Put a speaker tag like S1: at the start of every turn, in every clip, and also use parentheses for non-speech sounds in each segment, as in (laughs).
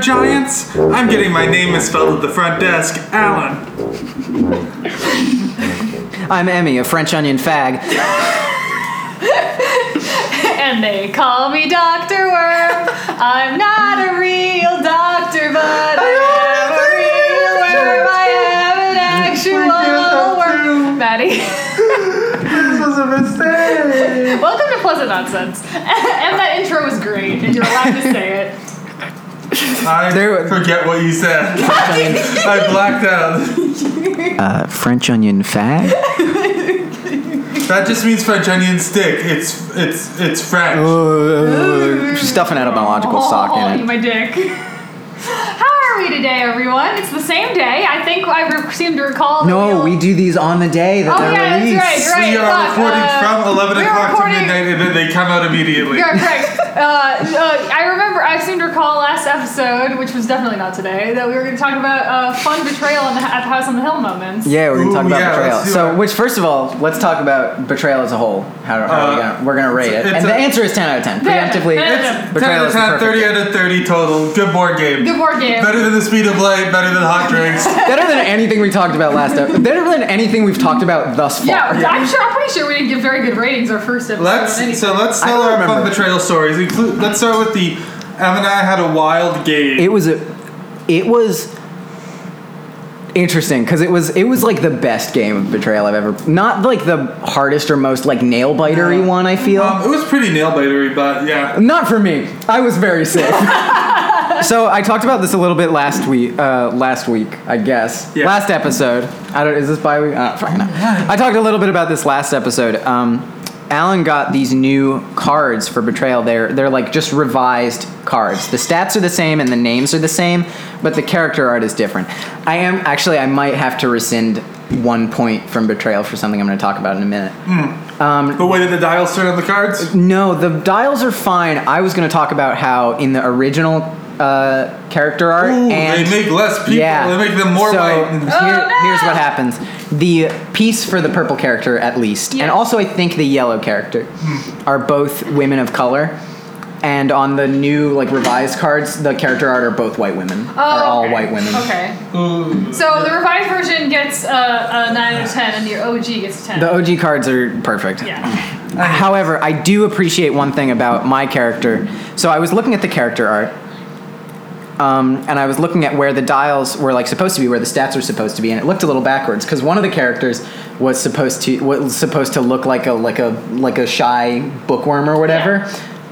S1: Giants? I'm getting my name misspelled at the front desk. Alan.
S2: I'm Emmy, a French onion
S3: (laughs)
S2: fag.
S3: And they call me Dr. Worm. I'm not a real doctor, but I am a real worm. I am an actual worm. Maddie. (laughs)
S1: This was a mistake.
S3: Welcome to Pleasant Nonsense. (laughs) and that intro was great, and you're allowed to say it.
S1: I
S2: There-
S1: forget what you said.
S3: (laughs)
S1: I blacked out.
S2: Uh, French onion fag?
S1: That just means French onion stick. It's it's it's French.
S2: Ooh, Stuffing out of my logical sock
S3: Oh,
S2: in it.
S3: my dick. (laughs) How are we today, everyone? It's the same day. I think I re- seem to recall. that
S2: No,
S3: all-
S2: we do these on the day that
S3: Oh,
S2: they're
S3: yeah, that's
S2: released.
S3: right,
S1: we
S3: you're right.
S1: are
S3: fuck,
S1: recording
S3: uh,
S1: from 11
S3: we're
S1: o'clock
S3: recording-
S1: to midnight, and then they come out immediately.
S3: Yeah, correct. uh, uh, I remember. I seem to recall last episode, which was definitely not today, that we were going to talk about uh, fun betrayal in the, at the House on the Hill moments.
S2: Yeah, we're gonna talk
S1: Ooh,
S2: about
S1: yeah,
S2: betrayal.
S1: let's do
S2: So,
S1: it.
S2: which first of all, let's talk about betrayal as a whole. How, how are we
S1: Uh,
S2: gonna, we're gonna rate
S1: it's-
S2: it?
S1: it's
S2: And the
S1: a-
S2: answer is ten out of ten.
S3: Yeah,
S2: Preemptively,
S3: yeah, yeah.
S2: it's-
S1: 10
S2: betrayal
S1: out of
S2: is the
S1: 10, (laughs) 30
S2: perfect.
S1: out of 30 total. Good board game.
S3: Good board game.
S1: Better than the speed of light, better than hot
S2: (laughs)
S1: drinks.
S2: Better than anything we talked about last episode. Better than anything we've talked about thus far.
S3: Yeah, I'm sure. I'm pretty sure we didn't give very good ratings our first episode.
S1: Let's
S3: anyway.
S1: so let's
S2: I
S1: tell
S2: don't
S1: our fun
S2: remember.
S1: betrayal stories. Include, let's start with the Em and I had a wild game.
S2: it was a it was interesting because it was it was like the best game of betrayal i've ever not like the hardest or most like nail bitery one i feel
S1: um, it was pretty nail bitery, but yeah.
S2: not for me i was very sick so i talked about this a little bit last week uh, last week i guess
S1: Yeah.
S2: last episode i don't is this by week i don't fucking know. i talked a little bit about this last episode um, alan got these new cards for betrayal they're they're like just revised cards the stats are the same and the names are the same but the character art is different i am actually i might have to rescind one point from betrayal for something i'm going to talk about in a minute
S1: The way that the dials turn on the cards.
S2: no, the dials are fine. I was going to talk about how in the original uh, character art,
S1: Ooh,
S2: and
S1: they make less people.
S2: yeah,
S1: They make them more
S2: so
S1: white.
S2: here-
S3: Oh, no!
S2: Here's what happens: the piece for the purple character, at least,
S3: Yeah.
S2: and also I think the yellow character,
S1: Hmm.
S2: are both women of color. And on the new, like revised cards, the character art are both white women.
S3: Oh,
S2: are all
S3: okay.
S2: white women.
S3: Okay.
S1: Ooh.
S3: So the revised version gets uh, a 9 out of 10, and your OG gets a 10.
S2: The OG cards are perfect.
S3: yeah.
S2: Uh, However, I do appreciate one thing about my character. So I was looking at the character art, um, and I was looking at where the dials were like supposed to be, where the stats were supposed to be, and it looked a little backwards because one of the characters was supposed to was supposed to look like a like a like a shy bookworm or whatever.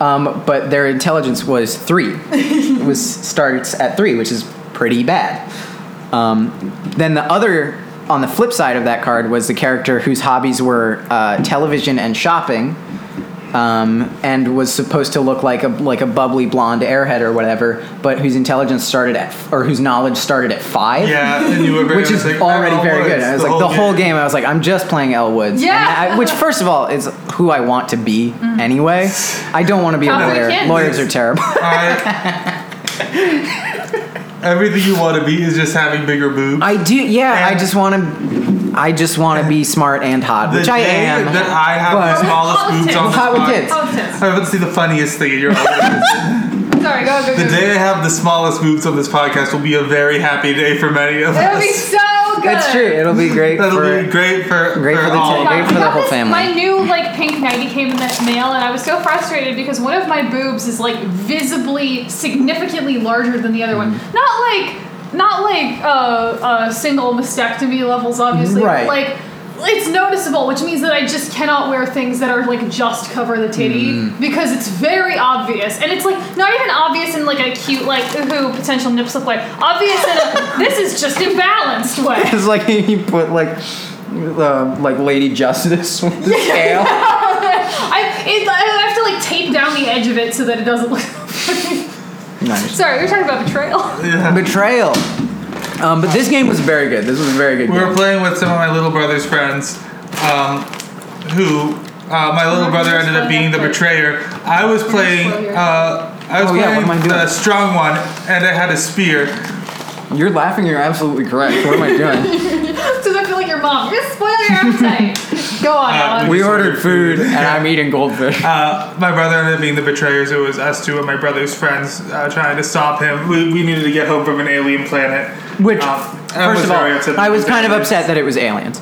S2: Um, but their intelligence was three. it was starts at three, which is pretty bad. Um, then the other, on the flip side of that card, was the character whose hobbies were uh, television and shopping, um, and was supposed to look like a like a bubbly blonde airhead or whatever, but whose intelligence started at or whose knowledge started at five.
S1: (laughs) Yeah, and you were very
S2: Which is
S1: like,
S2: already
S1: oh,
S2: very good.
S1: it's
S2: I was like the whole game. I was like, I'm just playing Elle Woods.
S3: Yeah.
S2: And I- which, first of all, is who I want to be anyway. I don't want to be a
S3: Probably
S2: lawyer.
S3: can.
S2: Lawyers are terrible.
S1: I,
S2: (laughs)
S1: everything you want to be is just having bigger boobs.
S2: I do. Yeah, I
S1: And-
S2: just want to. I just want to be smart and hot,
S1: the
S2: which I
S1: day
S2: am.
S1: That I have
S2: but-
S1: the smallest boobs on
S3: Well,
S1: the
S2: how would
S1: podcast.
S2: kids?
S3: Oh, 10.
S1: I would see the funniest thing in your life.
S3: Sorry, go, go,
S2: (laughs)
S3: go.
S1: The
S3: go.
S1: day I have the smallest boobs on this podcast will be a very happy day for many of
S3: It'll
S1: us.
S3: be so good.
S2: That's true. It'll be great
S1: That'll
S2: for.
S1: be great for
S2: Great for the
S1: all.
S2: Great for the
S3: I got
S2: whole
S3: this-
S2: family.
S3: My new like pink nightie came in the mail, and I was so frustrated because one of my boobs is like visibly, significantly larger than the other one.
S2: Mm-hmm.
S3: Not like, not like uh, uh, single mastectomy levels, obviously.
S2: Right.
S3: But, like it's noticeable, which means that I just cannot wear things that are like just cover the titty
S2: Mm-hmm.
S3: because it's very obvious, and it's like not even obvious in like a cute like ooh potential nip slip way. Obvious in a (laughs) this is just imbalanced way.
S2: (laughs) It's like he put like, uh, like Lady Justice (laughs) with the scale.
S3: I, it, I have to like tape down the edge of it so that it doesn't look. (laughs)
S2: Nice.
S3: Sorry, we were talking about (laughs) betrayal.
S1: Yeah.
S2: Betrayal. Um, but this game was very good. This was a very good
S1: We were
S2: game.
S1: playing with some of my little brother's friends, um, who uh, my little brother ended up being the betrayer. I was playing. Uh, I was
S2: Oh, yeah, what
S1: playing
S2: am I doing?
S1: the strong one, and I had a spear.
S2: You're
S1: (laughs)
S2: laughing. You're absolutely correct. What am I doing?
S3: so I feel like your mom. You're gonna spoil your appetite.
S2: (laughs)
S3: Go on,
S1: Uh,
S3: Alan.
S2: We
S1: Just
S2: ordered
S1: ordered
S2: food,
S1: food.
S2: and I'm eating goldfish.
S1: Uh, my brother ended up being the betrayers. It was us two and my brother's friends uh, trying to stop him. We, we needed to get home from an alien planet.
S2: Which,
S1: Um, I
S2: first
S1: was
S2: of all,
S1: very upset that
S2: I
S1: it
S2: was kind of
S1: aliens.
S2: upset that it was aliens.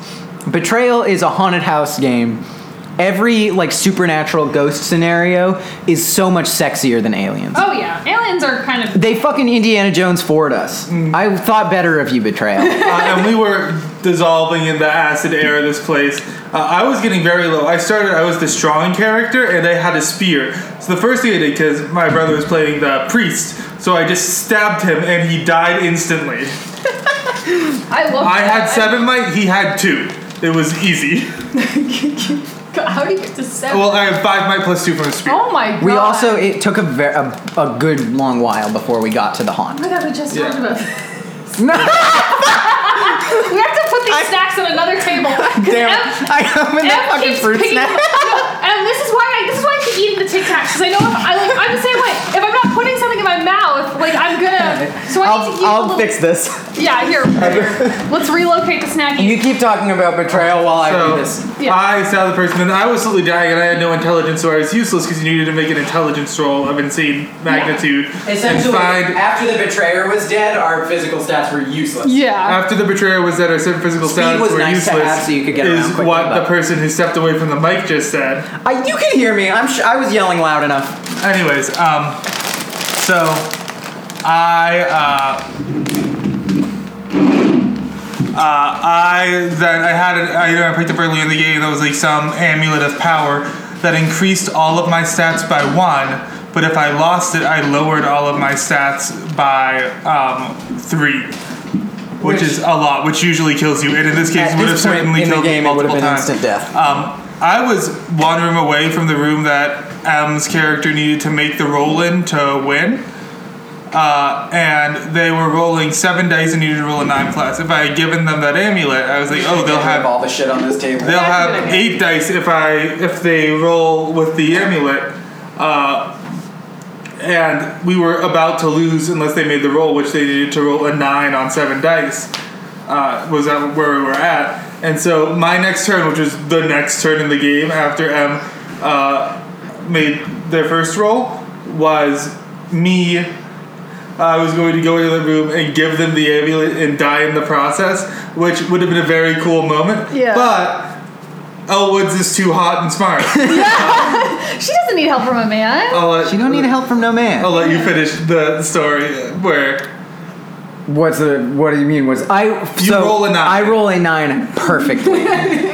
S2: Betrayal is a haunted house game. Every like supernatural ghost scenario is so much sexier than aliens.
S3: oh yeah, aliens are kind of.
S2: They fucking Indiana Jones forward us. I thought better of you, (laughs) Betrayal.
S1: uh, and we were dissolving in the acid air of this place. Uh, I was getting very low. I started. I was the strong character, and I had a spear. So the first thing I did, because my brother was playing the priest, so I just stabbed him, and he died instantly.
S3: I love.
S1: I
S3: that.
S1: had seven might. He had two. It was
S3: (laughs)
S1: easy.
S3: God, (laughs) How do you get to seven?
S1: Well, I have five might plus two from a spear.
S3: oh my god.
S2: we also it took a, ver- a a good long while before we got to the
S3: Oh my
S2: haunt.
S3: god, we just
S1: Yeah.
S3: talked
S2: (laughs)
S3: about. this. We have to put these snacks on another table. 'cause
S2: (laughs) Damn!
S3: Em-
S2: I opened
S3: Em
S2: that fucking
S3: keeps
S2: fruit (laughs)
S3: picking
S2: snack.
S3: up- (laughs) Em, this is why I this is why I keep eating the Tic Tacs because I know if I like I'm the same way. If I'm not putting something in my mouth, like I'm gonna. So I need
S2: I'll,
S3: to use a
S2: I'll
S3: little-
S2: fix this.
S3: Yeah, here. here. Let's relocate the snack.
S2: You keep talking about betrayal while I
S1: So
S2: do this.
S3: Yeah.
S1: I stabbed the person, and I was slowly dying, and I had no intelligence, so I was useless because you needed to make an intelligence roll of insane magnitude and
S2: Essentially,
S1: find.
S2: after the betrayer was dead, our physical stats were useless.
S3: Yeah.
S1: After the betrayer was dead, our seven physical
S2: Speed
S1: stats
S2: was
S1: were
S2: nice to
S1: useless.
S2: have so you could get
S1: is
S2: around quickly,
S1: what
S2: but-
S1: the person who stepped away from the mic just said.
S2: I, you can hear me. I'm sh- I was yelling loud enough.
S1: Anyways, um, so I uh, uh, I then I had an item I picked up earlier in the game that was like some amulet of power that increased all of my stats by one. But if I lost it, I lowered all of my stats by um, three, which,
S2: Which-
S1: is a lot. Which usually kills you, and in this case,
S2: At
S1: would have
S2: this point
S1: certainly
S2: in the
S1: killed me
S2: game, it would have
S1: multiple
S2: been
S1: times.
S2: instant death.
S1: Um, I was one room away from the room that M's character needed to make the roll in to win. Uh, and they were rolling seven dice and needed to roll a nine plus. If I had given them that amulet, I was like, oh, they'll have
S2: all the shit on this table.
S1: they'll
S3: That's a
S1: have
S3: good idea.
S1: eight dice if I if they roll with the amulet. Uh, and we were about to lose unless they made the roll, which they needed to roll a nine on seven dice. Uh, was that where we were at? And so my next turn, which was the next turn in the game after M uh, made their first roll, was me. I was going to go into the room and give them the amulet and die in the process, which would have been a very cool moment.
S3: Yeah.
S1: But Elwood's is too hot and
S2: (laughs)
S1: smart.
S3: She doesn't need help from a man.
S1: I'll let,
S2: She don't need help from no man.
S1: I'll let you finish the story where
S2: What's the? What do you mean? What's I?
S1: You
S2: so
S1: roll a nine.
S2: I roll a nine perfectly.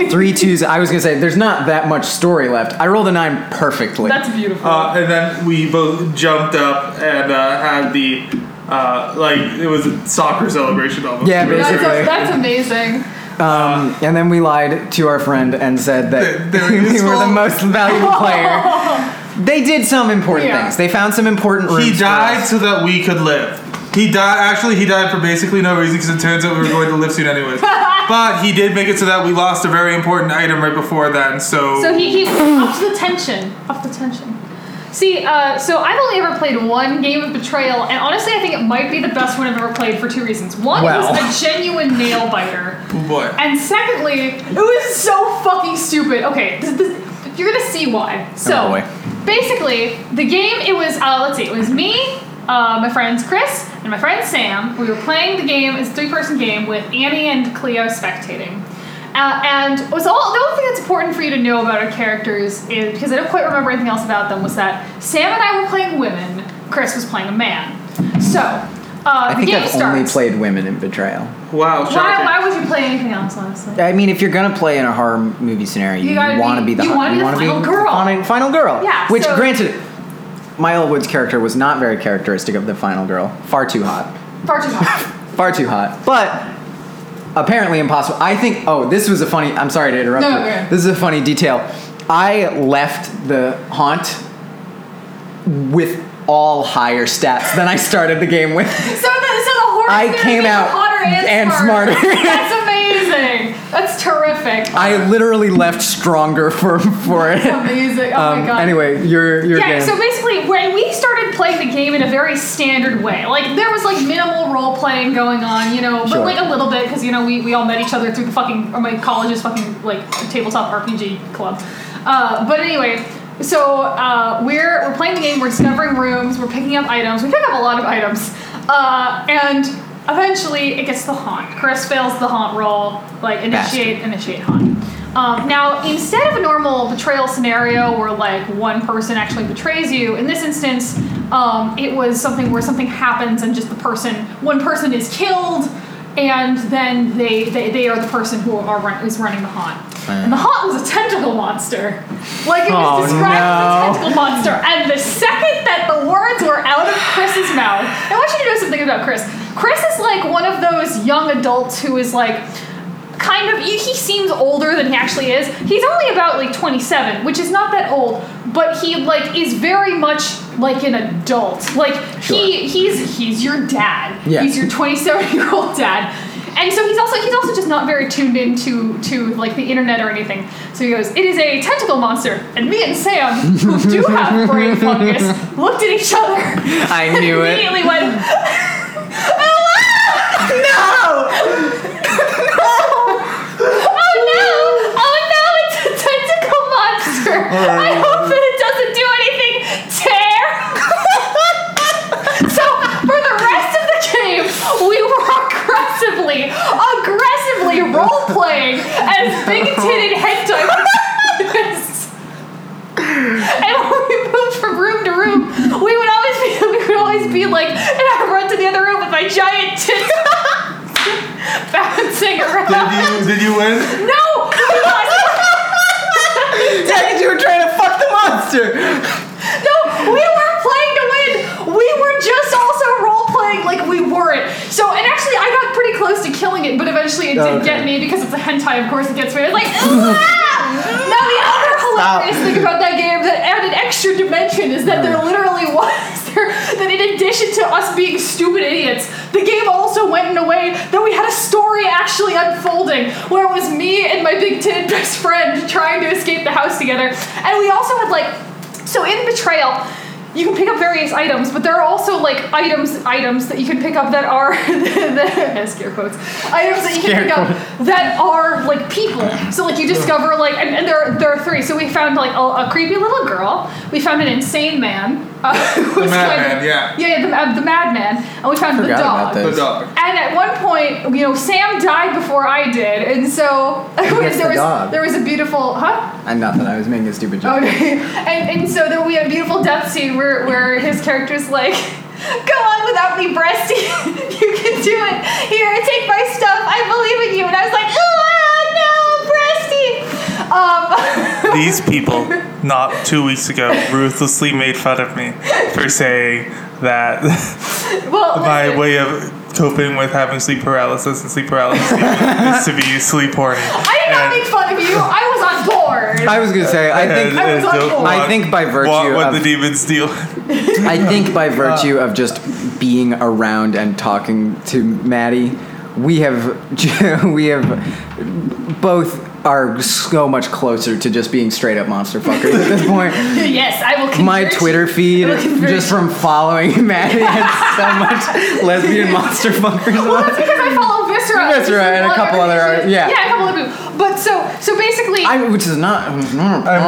S1: (laughs)
S2: Three twos. I was gonna say there's not that much story left. I rolled a nine perfectly.
S3: That's beautiful.
S1: Uh, and then we both jumped up and uh, had the uh, like it was a soccer celebration almost.
S2: Yeah,
S1: It was
S3: that's,
S2: basically.
S1: very-
S3: that's amazing.
S2: um, and then we lied to our friend and said that
S1: They- they're
S2: (laughs) we were
S1: useful.
S2: the most valuable player.
S1: (laughs)
S2: They did some important
S3: Yeah.
S2: things. They found some important rooms.
S1: He
S2: for
S1: died
S2: us.
S1: so that we could live. He died. Actually, he died for basically no reason because it turns out we were going to live soon
S3: (laughs)
S1: anyways. but he did make it so that we lost a very important item right before then. So,
S3: So he, he up the tension. Up the tension. See, uh, so I've only ever played one game of Betrayal, and honestly, I think it might be the best one I've ever played for two reasons. One, it
S2: Wow.
S3: was a genuine nail biter.
S1: oh boy.
S3: And secondly, it was so fucking stupid. Okay, this, this, you're gonna see why. So,
S2: Oh, boy.
S3: basically, the game it was. Uh, let's see, it was me, uh, my friends Chris and my friend Sam. We were playing the game. It's a three-person game with Annie and Cleo spectating. Uh, and it was all the only thing that's important for you to know about our characters is because I don't quite remember anything else about them was that Sam and I were playing women, Chris was playing a man. So uh,
S2: I
S3: the
S2: think
S3: game
S2: I've
S3: starts.
S2: only played women in betrayal.
S1: Wow.
S3: why,
S1: Shocking.
S3: why would you play anything else, honestly?
S2: I mean, if you're gonna play in a horror movie scenario,
S3: You
S2: you,
S3: gotta
S2: want to
S3: be-
S2: be the
S3: you
S2: hu-
S3: wanna be the
S2: wanna
S3: final girl.
S2: Final, final girl.
S3: Yeah,
S2: Which,
S3: so-
S2: granted, my old Woods character was not very characteristic of the final girl. Far too hot.
S3: Far too hot.
S2: Far too hot. But apparently impossible. I think. Oh, this was a funny. I'm sorry to interrupt
S3: No,
S2: you.
S3: okay.
S2: This is a funny detail. I left the haunt with all higher stats than I started the game with.
S3: So the, so the horse
S2: I
S3: theory
S2: came
S3: is
S2: out
S3: hotter and,
S2: and smarter.
S3: That's amazing. That's terrific.
S2: I literally left stronger for for it.
S3: That's amazing. (laughs) Oh my
S2: Um,
S3: god.
S2: Anyway, your your
S3: Yeah.
S2: game.
S3: So basically, when we started playing the game in a very standard way. Like there was like minimal role playing going on, you know, but
S2: Sure.
S3: like a little bit because you know we, we all met each other through the fucking or my college's fucking like tabletop RPG club. Uh, but anyway. So uh, we're we're playing the game. We're discovering rooms. We're picking up items. We pick up a lot of items, uh, and eventually it gets the haunt. Chris fails the haunt roll, like initiate initiate haunt. Um, now, instead of a normal betrayal scenario where like one person actually betrays you, in this instance, um, it was something where something happens and just the person, one person is killed, and then they they, they are the person who are run, is running the haunt. And the haunt was a tentacle monster. Like it
S2: Oh,
S3: was described
S2: no.
S3: as a tentacle monster. And the second that the words were out of Chris's mouth, I want you to know something about Chris. Chris is like one of those young adults who is like kind of he he seems older than he actually is he's only about like 27 which is not that old but he like is very much like an adult like he he's he's your dad
S2: Yeah.
S3: he's your 27 year old dad and so he's also he's also just not very tuned into to like the internet or anything so he goes it is a tentacle monster and me and sam who do have brain fungus looked at each other (laughs)
S2: I knew it.
S3: immediately went (laughs) Oh no! Oh no! It's a tentacle monster!
S2: Oh.
S3: I hope that it doesn't do anything! Tear! (laughs) so, for the rest of the game, we were aggressively, aggressively role playing as big titted hentai protagonists. And when we moved from room to room, we would always be we would always be like, and I run to the other room with my giant tits (laughs) bouncing around.
S4: Did you did you
S3: (laughs)
S4: win?
S3: No! we lost.
S2: Dang it, you were trying to fuck the monster.
S3: no, we weren't playing to win! We were just also role playing like we weren't. So, and actually, I got pretty close to killing it, but eventually it did
S2: Okay.
S3: get me because it's a hentai, of course, it gets me. I was like, "Ah!" Now, the other hilarious thing about that game that added extra dimension is that there literally was there, that in addition to us being stupid idiots, the game also went in a way that we had a story actually unfolding where it was me and my big tin best friend trying to escape the house together. And we also had like, so in Betrayal, you can pick up various items, but there are also like items items that you can pick up that are (laughs) the, the scare quotes items that you can
S2: Scare
S3: pick up that are like people. So like you discover like and, and there there are three. So we found like a, a creepy little girl. We found an insane man. Uh, who was kind of-
S4: madman, yeah.
S3: yeah, the, uh, the madman, and we found the
S2: Forgot about
S3: dog.
S2: that.
S4: The dog.
S3: And at one point, you know, Sam died before I did, and so (laughs)
S2: Where's the
S3: there was
S2: dog?
S3: there was a beautiful huh.
S2: I'm nothing. I was making a stupid joke.
S3: Okay. And, and so then we have a beautiful death scene where, where his character's like, go on without me, breasty. (laughs) you can do it. Here, take my stuff. I believe in you. And I was like, oh, no, breasty. Um,
S1: These people, not two weeks ago, ruthlessly made fun of me for saying
S3: (laughs)
S1: that
S3: well,
S1: my
S3: listen.
S1: way of coping with having sleep paralysis and sleep
S3: (laughs)
S1: paralysis is to be sleep horny.
S3: I did not
S1: And-
S3: make fun of you. I was on
S2: (laughs)
S3: board.
S2: I was gonna say. I think.
S1: and-
S3: I was
S1: and
S3: on
S1: don't
S3: board.
S2: I
S1: walk-
S2: think by virtue
S1: walk what
S2: of-
S1: the demons deal.
S2: I Uh, think by virtue of just being around and talking to Maddie, we have (laughs) we have both are so much closer to just being straight up monster fuckers at this point. (laughs)
S3: yes, I will convert
S2: My
S3: you.
S2: Twitter feed,
S3: It'll convert
S2: just
S3: you.
S2: from following Maddie, (laughs) had so much lesbian monster fuckers on
S3: That's
S2: it.
S3: because I follow Viscera.
S2: Viscera and a couple other art- yeah.
S3: Yeah, a couple other people. But so, so basically.
S2: I, which is not. mm, mm,
S3: Oh.
S1: I'm,
S2: mm.
S1: I'm,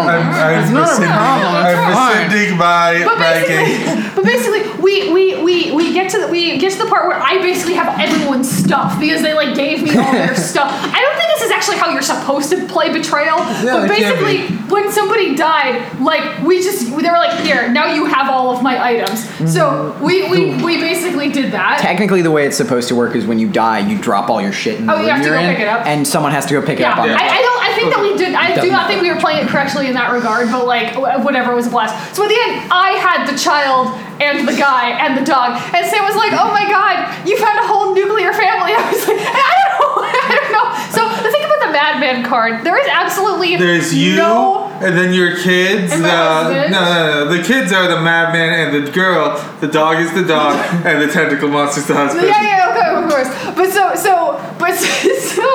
S1: I'm
S2: not a
S1: rescinding,
S2: problem,
S1: I'm
S2: it's fine.
S1: rescinding my
S3: But
S1: ranking.
S3: basically, (laughs) but basically, we we we we get to the, we get to the part where I basically have everyone's stuff because they like gave me all
S2: (laughs)
S3: their stuff. I don't think this is actually how you're supposed to play Betrayal. but
S2: it can't
S3: basically, when somebody died, like we just they were like, here, now you have all of my items. So we we we basically did that.
S2: Technically, the way it's supposed to work is when you die, you drop all your shit in the
S3: Oh, you
S2: room
S3: have to
S2: you're
S3: go
S2: in,
S3: pick it up?
S2: and someone has to go pick it
S3: Yeah,
S2: up on
S4: Yeah.
S2: it.
S3: I, I don't. I think that we did. I do
S2: Doesn't
S3: not think we were playing it correctly in that regard. But like, wh- whatever was a blast. So at the end, I had the child and the guy and the dog, and Sam was like, "Oh my god, you found a whole nuclear family." (laughs) I was like, "I don't know. (laughs) I don't know." So the thing about the madman card, there is absolutely
S4: There's you,
S3: No,
S4: and then your kids.
S3: And my
S4: uh, no,
S3: husband.
S4: no, no. The kids are the madman and the girl. The dog is the
S3: (laughs)
S4: dog, and the tentacle monster's the husband.
S3: Yeah, yeah, (laughs) okay, of course. But so, so, but so,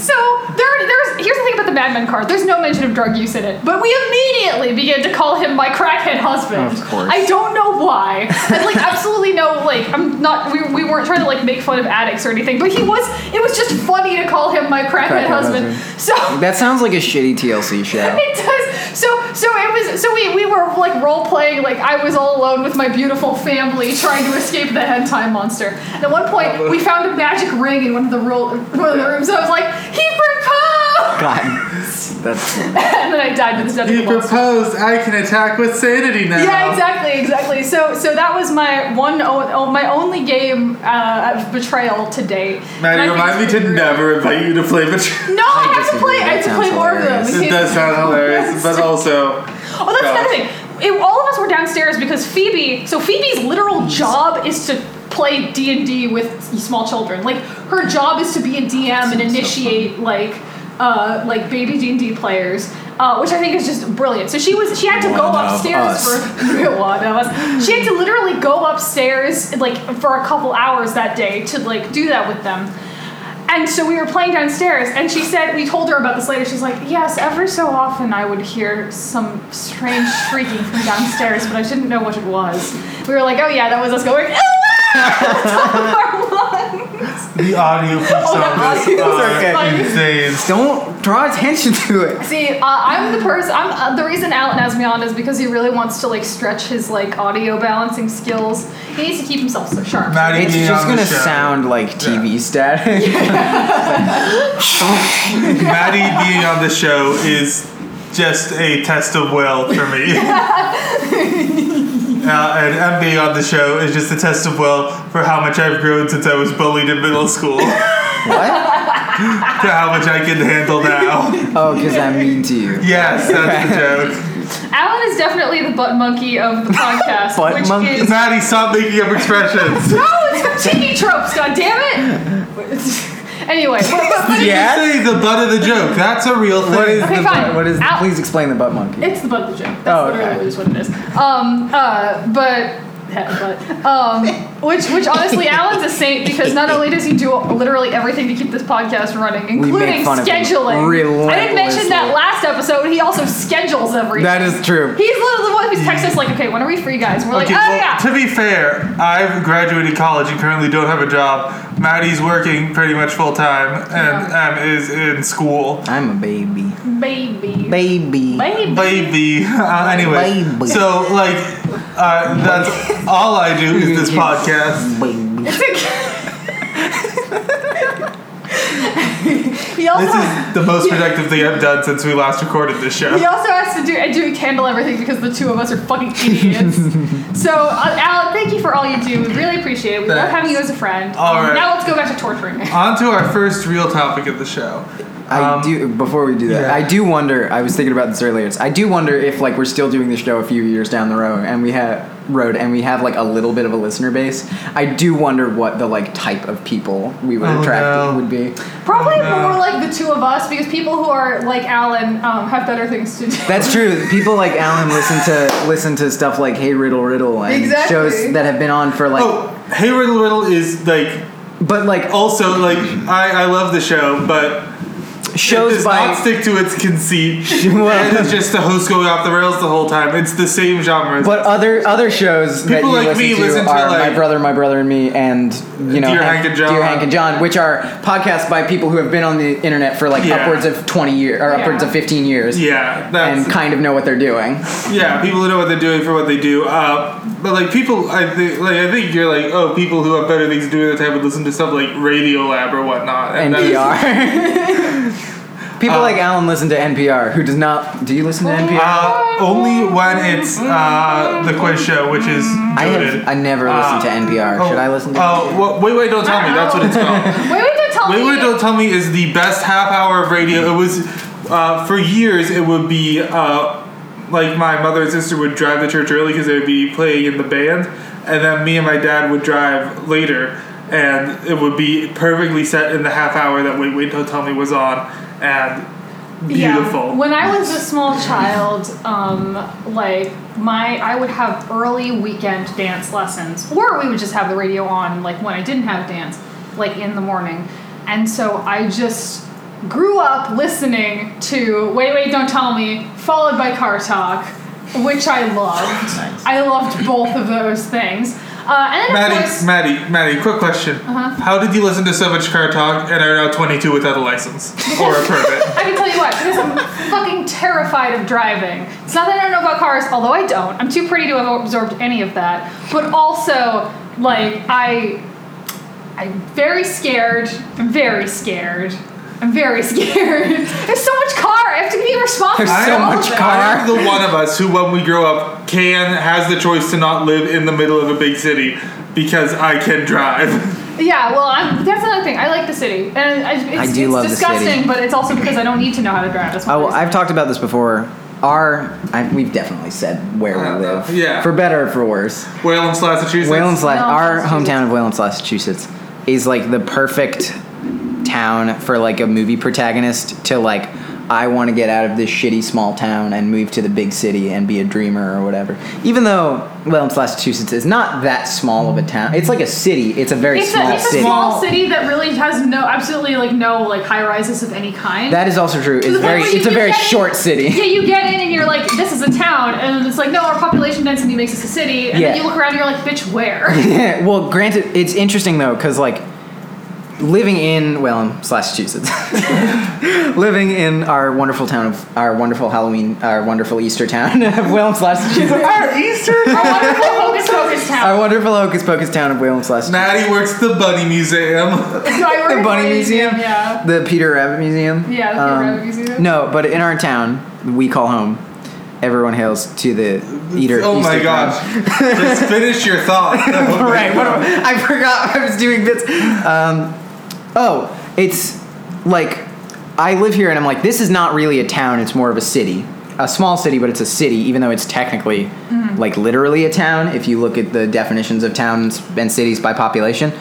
S3: so there, there's. Here's the thing about the Mad Madman card. There's no mention of drug use in it, but we immediately began to call him my crackhead husband.
S2: Of course.
S3: I don't know why. And like absolutely no like I'm not we, we weren't trying to like make fun of addicts or anything, but he was it was just funny to call him my crackhead,
S2: Crackhead
S3: husband.
S2: husband.
S3: So
S2: That sounds like a shitty TLC show.
S3: (laughs) it does. So so it was so we, we were like role playing like I was all alone with my beautiful family trying to escape the hentai monster. And at one point we found a magic ring in one of the rule one of the rooms. I was like, he proposed,
S2: God, that's
S3: (laughs) and then I died to this
S4: He
S3: deadly monster.
S4: proposed. I can attack with sanity now.
S3: Yeah, exactly, exactly. So so that was my one o- o- my only game uh, of betrayal to date. And I
S4: Maddie,
S3: think
S4: remind me
S3: it's
S4: to
S3: really-
S4: never invite you to play Betrayal.
S3: No, I, have to
S2: disagree.
S3: play. I have
S2: That
S3: to play
S2: sounds
S3: more of them.
S2: hilarious.
S3: in
S4: It
S3: case-
S4: does sound hilarious, but also.
S3: Oh, that's another thing. It, all of us were downstairs because Phoebe. So Phoebe's literal job is to play D and D with small children. Like her job is to be a DM and initiate like uh, like baby D and D players. Uh, which I think is just brilliant. So she was she had to go
S2: One of
S3: upstairs
S2: us.
S3: for (laughs) one of us. She had to literally go upstairs like for a couple hours that day to like do that with them. And so we were playing downstairs, and she said, we told her about this later. She's like, Yes, every so often I would hear some strange shrieking from downstairs, but I didn't know what it was. We were like, Oh, yeah, that was us going, (laughs)
S1: The audio from
S3: Oh, the
S1: some of this
S3: audio was
S1: are
S3: okay.
S1: insane.
S2: don't draw attention to it.
S3: See, uh, I'm the person. I'm uh, the reason Alan has me on is because he really wants to like stretch his like audio balancing skills. He needs to keep himself so sharp.
S1: Maddie
S2: It's
S1: being
S2: just
S1: on the
S2: gonna
S1: show.
S2: sound like TV static.
S1: (laughs)
S2: (laughs)
S1: Maddie
S4: Being on the show is
S1: just a test of will for
S3: (laughs)
S1: me. Uh, and I'm being on the show is just a test of will for how much I've grown since I was bullied in middle school (laughs) to
S2: What?
S1: how much I can handle now.
S2: Oh, because I'm mean to you.
S1: Yes, that's
S2: (laughs)
S1: the joke.
S3: Alan is definitely the butt monkey of the podcast,
S2: Butt
S3: which
S2: monkey?
S3: is
S1: Maddie, stop making up
S2: (laughs)
S1: expressions.
S3: no, it's from TV tropes. God damn it. anyway,
S2: (laughs) Yeah.
S1: You say the butt of the joke. That's a real thing.
S2: What is
S3: Okay,
S2: the
S3: fine.
S2: butt- what is?
S3: Ow.
S2: Please explain the butt monkey.
S3: It's the bug of the gym. That's
S2: Oh,
S3: literally
S2: okay.
S3: just what it is. Um, uh, but. (laughs) yeah, but, um, which,
S2: (laughs)
S3: which honestly, Alan's a saint because not only does he do literally everything to keep this podcast running,
S2: make
S3: including
S2: fun of him
S3: scheduling. I didn't mention
S2: relentlessly.
S3: that last episode. He also schedules everything.
S2: That is true.
S3: He's literally the one who's texting us like, "Okay, when are we free, guys?" And we're
S1: Okay,
S3: like, "Oh
S1: well,
S3: yeah."
S1: to be fair, I've graduated college and currently don't have a job. Maddie's working pretty much full time and
S3: Yeah.
S1: um, is in school.
S2: I'm a baby.
S3: Baby.
S2: Baby.
S3: Baby.
S1: Baby. (laughs) Uh, anyway,
S2: Baby.
S1: so like, uh, that's all I do is
S2: (laughs)
S1: this podcast.
S2: Baby.
S3: He also
S1: This is the most productive thing I've done since we last recorded this show.
S3: He also has to do and do handle everything because the two of us are fucking
S1: (laughs)
S3: idiots. so, uh, Alan, thank you for all you do. We really appreciate it. We love
S1: Thanks.
S3: having you as a friend. Um,
S1: All right.
S3: Now let's go back to torturing. me.
S1: On to our first real topic of the show.
S2: I
S1: Um,
S2: do. Before we do that,
S1: yeah.
S2: I do wonder. I was thinking about this earlier. It's, I do wonder if like we're still doing the show a few years down the road, and we have road, and we have like a little bit of a listener base. I do wonder what the like type of people we would
S1: Oh,
S2: attract
S1: no.
S2: would be.
S3: Probably
S1: Oh, no.
S3: more like the two of us because people who are like Alan um, have better things to do. (laughs)
S2: That's true. People like Alan listen to listen to stuff like Hey Riddle Riddle and
S3: Exactly.
S2: shows that have been on for like.
S1: Oh, Hey Riddle Riddle is like
S2: But like
S1: also like I, I love the show, but it
S2: shows
S1: does
S2: by
S1: not stick to its conceit.
S2: (laughs) Well-
S1: and it's just the host going off the rails the whole time. It's the same genre.
S2: But other other shows that you
S1: People like
S2: listen,
S1: me
S2: to
S1: listen to,
S2: are
S1: like-
S2: My Brother, My Brother and Me, and you know
S1: Dear Hank and John.
S2: Dear Hank and John, which are podcasts by people who have been on the internet for like
S1: Yeah.
S2: upwards of twenty years or
S3: Yeah.
S2: upwards of fifteen years,
S1: yeah,
S2: and
S1: that's
S2: kind of know what they're doing.
S1: yeah. People who know what they're doing for what they do. Uh, but like people, I think like I think you're like oh people who have better things to do at the time would listen to stuff like Radiolab or whatnot. that is- (laughs)
S2: NPR. people
S1: Uh,
S2: like Alan listen to NPR, who does not. Do you listen to NPR?
S1: Uh, only when it's uh, the quiz show, which is
S2: I
S1: goated.
S2: have. I never
S1: Uh,
S2: listened to NPR. Should I listen to?
S1: Oh, well, wait, wait! Don't tell me. That's what it's called.
S3: wait, wait, don't tell
S1: Wait,
S3: me.
S1: Wait, Don't Tell Me is the best half hour of radio. It was, uh, for years, it would be, uh, like my mother and sister would drive to church early because they would be playing in the band, and then me and my dad would drive later, and it would be perfectly set in the half hour that Wait, Wait, Don't Tell Me was on, and beautiful.
S3: Yeah. When I was a small child, um, like my I would have early weekend dance lessons, or we would just have the radio on, like when I didn't have dance, like in the morning, and so I just grew up listening to Wait, Wait, Don't Tell Me, followed by Car Talk, which I loved. I loved both of those things. Uh, and then, of
S1: Maddie,
S3: course,
S1: Maddie, Maddie, quick question. How did you listen to so much car talk and are now 22 without a license or a permit?
S3: I can tell you what, because I'm fucking terrified of driving. It's not that I don't know about cars, although I don't. I'm too pretty to have absorbed any of that. But also, like, I. I'm very scared. I'm very scared. I'm very (laughs) scared. There's so much car. I have to be responsible.
S2: There's
S3: for
S2: so
S3: all of
S2: much
S3: it.
S2: car.
S1: I am the one of us who, when we grow up, can has the choice to not live in the middle of a big city because I can drive. (laughs)
S3: Yeah, well, I'm, that's another thing. I like the city, and I, it's,
S2: I do
S3: it's
S2: love the
S3: disgusting,
S2: city.
S3: but it's also because I don't need to know how to drive. That's one
S2: Oh, well,
S3: reason.
S2: I've talked about this before. Our, I, we've definitely said where
S1: Uh,
S2: we live.
S1: yeah.
S2: For better or for worse.
S1: Wayland's Massachusetts.
S2: Wayland's, La-
S3: No,
S2: our
S3: Massachusetts.
S2: hometown of Wayland's, Massachusetts, is like the perfect town for like a movie protagonist to like. I want to get out of this shitty small town and move to the big city and be a dreamer or whatever. Even though Wayland's, Massachusetts, is not that small of a town. It's like a city. It's a very
S3: it's,
S2: small
S3: a, it's
S2: city.
S3: a small city that really has no, absolutely like no like high rises of any kind.
S2: that is also true.
S3: To
S2: It's
S3: the point
S2: very.
S3: where you-
S2: It's a
S3: you
S2: very
S3: get in-
S2: short
S3: Yeah,
S2: city.
S3: you get in and you're like, this is a town, and it's like, no, our population density makes us a city, and then
S2: Yeah.
S3: you look around and you're like, bitch,
S2: (laughs)
S3: where? (laughs)
S2: well, granted, it's interesting though because like living in Wayland, Massachusetts. (laughs) living in our wonderful town of our wonderful Halloween, our wonderful Easter town (laughs) of Wayland, Massachusetts.
S1: Our Easter.
S3: (laughs) our wonderful hocus pocus town.
S2: our wonderful Hocus Pocus town of Wayland, Massachusetts.
S1: Maddie works at the Bunny Museum.
S3: So I work
S2: The
S3: at
S2: Bunny Museum,
S3: Yeah.
S2: the Peter Rabbit Museum. Um,
S3: Yeah, the Peter Rabbit Museum.
S2: No, but in our town, we call home. Everyone hails to the eater.
S1: oh my
S2: Easter
S1: gosh.
S2: Town.
S1: (laughs) Just finish your thought.
S2: (laughs) right. What am I, I forgot I was doing bits. Um, oh, it's like I live here and I'm like, this is not really a town. It's more of a city, a small city, but it's a city, even though it's technically like literally a town if you look at the definitions of towns and cities by population.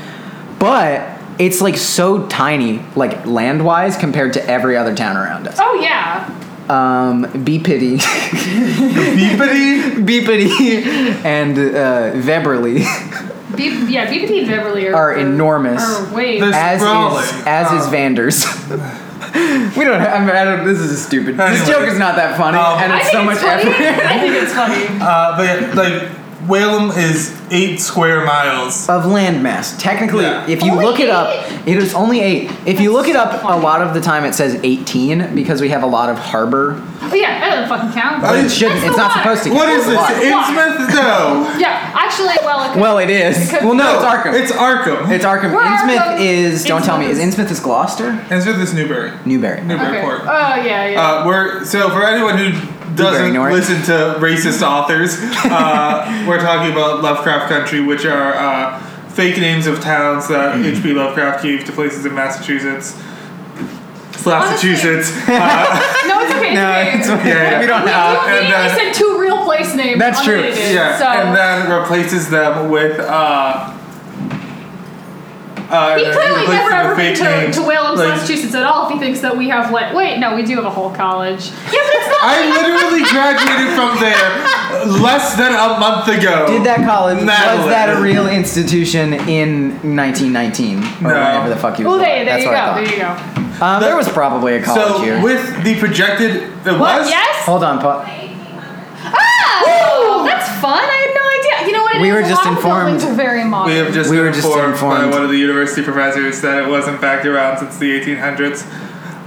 S2: But it's like so tiny, like land wise, compared to every other town around us.
S3: Oh yeah.
S2: Um, be pity,
S1: Beepity.
S2: be pity, and uh, Weberly.
S3: B- yeah, BBT and Beverly are,
S2: Are enormous.
S3: Are way
S1: There's-
S2: as
S1: Sprawling.
S2: is as is
S1: Oh.
S2: Vanders. (laughs) we don't. Have, I, mean, I don't. This is stupid. This
S1: Anyway.
S2: joke is not that funny,
S1: Um,
S2: and
S3: I
S2: it's
S3: think
S2: so
S3: it's
S2: much
S3: funny.
S2: effort. (laughs)
S3: (laughs) I think it's funny.
S1: Uh, but yeah, like, Whalem is eight square miles.
S2: Of landmass, technically,
S1: Yeah.
S2: if you
S3: Only
S2: look it up,
S3: eight?
S2: it is only eight. If you
S3: That's
S2: look it
S3: so
S2: up, a
S3: funny.
S2: lot of the time it says eighteen because we have a lot of harbor,
S3: But yeah, that doesn't fucking count.
S2: but it
S1: That's
S2: shouldn't.
S3: the
S2: It's not
S3: water.
S2: supposed to.
S1: What
S2: count.
S1: is this?
S2: It's a lot.
S1: Innsmouth? No.
S3: Yeah, actually, well, it
S2: Well, it is.
S3: Because-
S2: Well, no, it's Arkham.
S1: It's Arkham.
S2: It's Arkham.
S3: We're
S2: Innsmouth
S3: Arkham.
S2: is. Don't tell me. Is
S3: Innsmouth
S2: Innsmouth is Gloucester?
S1: Answer this Newberry.
S2: Newbury.
S1: Newbury
S3: okay.
S1: Port.
S3: Oh yeah, yeah.
S1: Uh, we're so for anyone who
S2: Newbury,
S1: doesn't
S2: Norwich.
S1: listen to racist
S2: (laughs)
S1: authors, uh, we're talking about Lovecraft Country, which are uh, fake names of towns that
S2: Mm-hmm.
S1: H.P. Lovecraft gave to places in Massachusetts. Massachusetts.
S3: no, it's
S2: (laughs)
S3: okay.
S2: No,
S3: okay.
S1: (laughs)
S2: it's
S1: Yeah, yeah.
S2: (laughs) we don't
S3: You
S2: have.
S1: and
S3: immediately
S1: then-
S3: said two real place names.
S2: That's true.
S3: unrelated,
S1: Yeah,
S3: So.
S1: and then replaces them with. Uh, uh,
S3: he
S1: and then
S3: clearly
S1: replaces
S3: never
S1: the
S3: ever been
S1: fake
S3: to,
S1: names.
S3: to Wayland,
S1: Like,
S3: Massachusetts at all if he thinks that we have like wait, no, we do have a whole college. (laughs) Yeah, but it's not
S1: I
S3: (laughs)
S1: literally graduated from there less than a month ago.
S2: Did that college was
S1: Madeline.
S2: that a real institution in 1919 or
S1: No.
S2: whatever the fuck you?
S3: Well
S2: was
S3: there, there
S2: That's
S3: you
S2: what I
S3: go,
S2: thought.
S3: there you go.
S2: Um, there was probably a college
S1: So
S2: here.
S1: with the projected, it
S3: What?
S1: was
S3: Yes?
S2: Hold on, pa-
S3: Ah! That's fun. I had no idea. You know what? it
S2: We
S3: is?
S2: were
S3: A
S2: just
S3: lot of
S2: informed.
S3: buildings are very modern.
S1: We have just
S2: We
S1: been
S2: were just
S1: informed,
S2: informed.
S1: by one of the university professors that it was in fact around since the 1800s.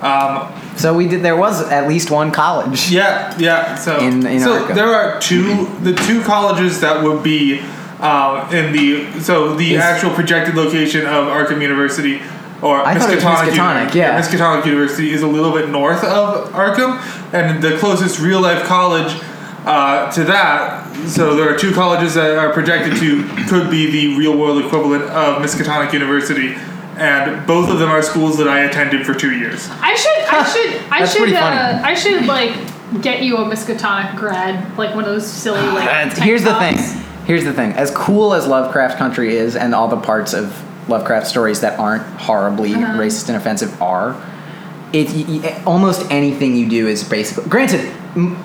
S1: Um,
S2: so we did. There was at least one college.
S1: yeah, yeah. So,
S2: In- in
S1: so
S2: Arkham.
S1: there are two the two colleges that would be um, in the so the
S2: Is-
S1: actual projected location of Arkham University or
S2: I thought it was
S1: Miskatonic,
S2: Miskatonic,
S1: Uni-
S2: yeah.
S1: Miskatonic University is a little bit north of Arkham, and the closest real life college uh, to that. So there are two colleges that are projected to could be the real world equivalent of Miskatonic University, and both of them are schools that I attended for two years.
S3: I
S2: (laughs)
S3: should, I should, I
S2: That's
S3: should,
S2: pretty funny.
S3: uh, I should like get you a Miskatonic grad, like one of those silly
S2: (laughs)
S3: like.
S2: And
S3: tank
S2: Here's the thing.
S3: tops.
S2: Here's the thing. As cool as Lovecraft Country is, and all the parts of Lovecraft stories that aren't horribly
S3: Uh-huh.
S2: racist and offensive are, it y- y- almost anything you do is basically. Granted, m-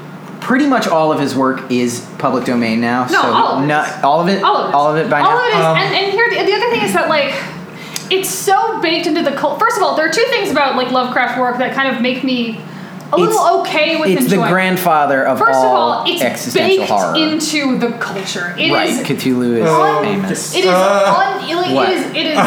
S2: pretty much all of his work is public domain now.
S3: No,
S2: so
S3: all of it
S2: no-
S3: is.
S2: all of it.
S3: All of it.
S2: All of it by
S3: all
S2: now.
S3: Of it is,
S1: Um,
S3: and, and here the, the other thing is that like it's so baked into the cult. First of all, there are two things about like Lovecraft work that kind of make me a little
S2: It's-
S3: okay with
S2: it's the
S3: enjoying.
S2: grandfather of
S3: First of
S2: all,
S3: all, it's
S2: existential
S3: baked
S2: horror.
S3: into the culture. It is.
S2: right, Cthulhu is
S1: Oh,
S2: famous.
S3: It is.
S1: Uh,
S3: un, like,
S2: What?
S3: It is. It is.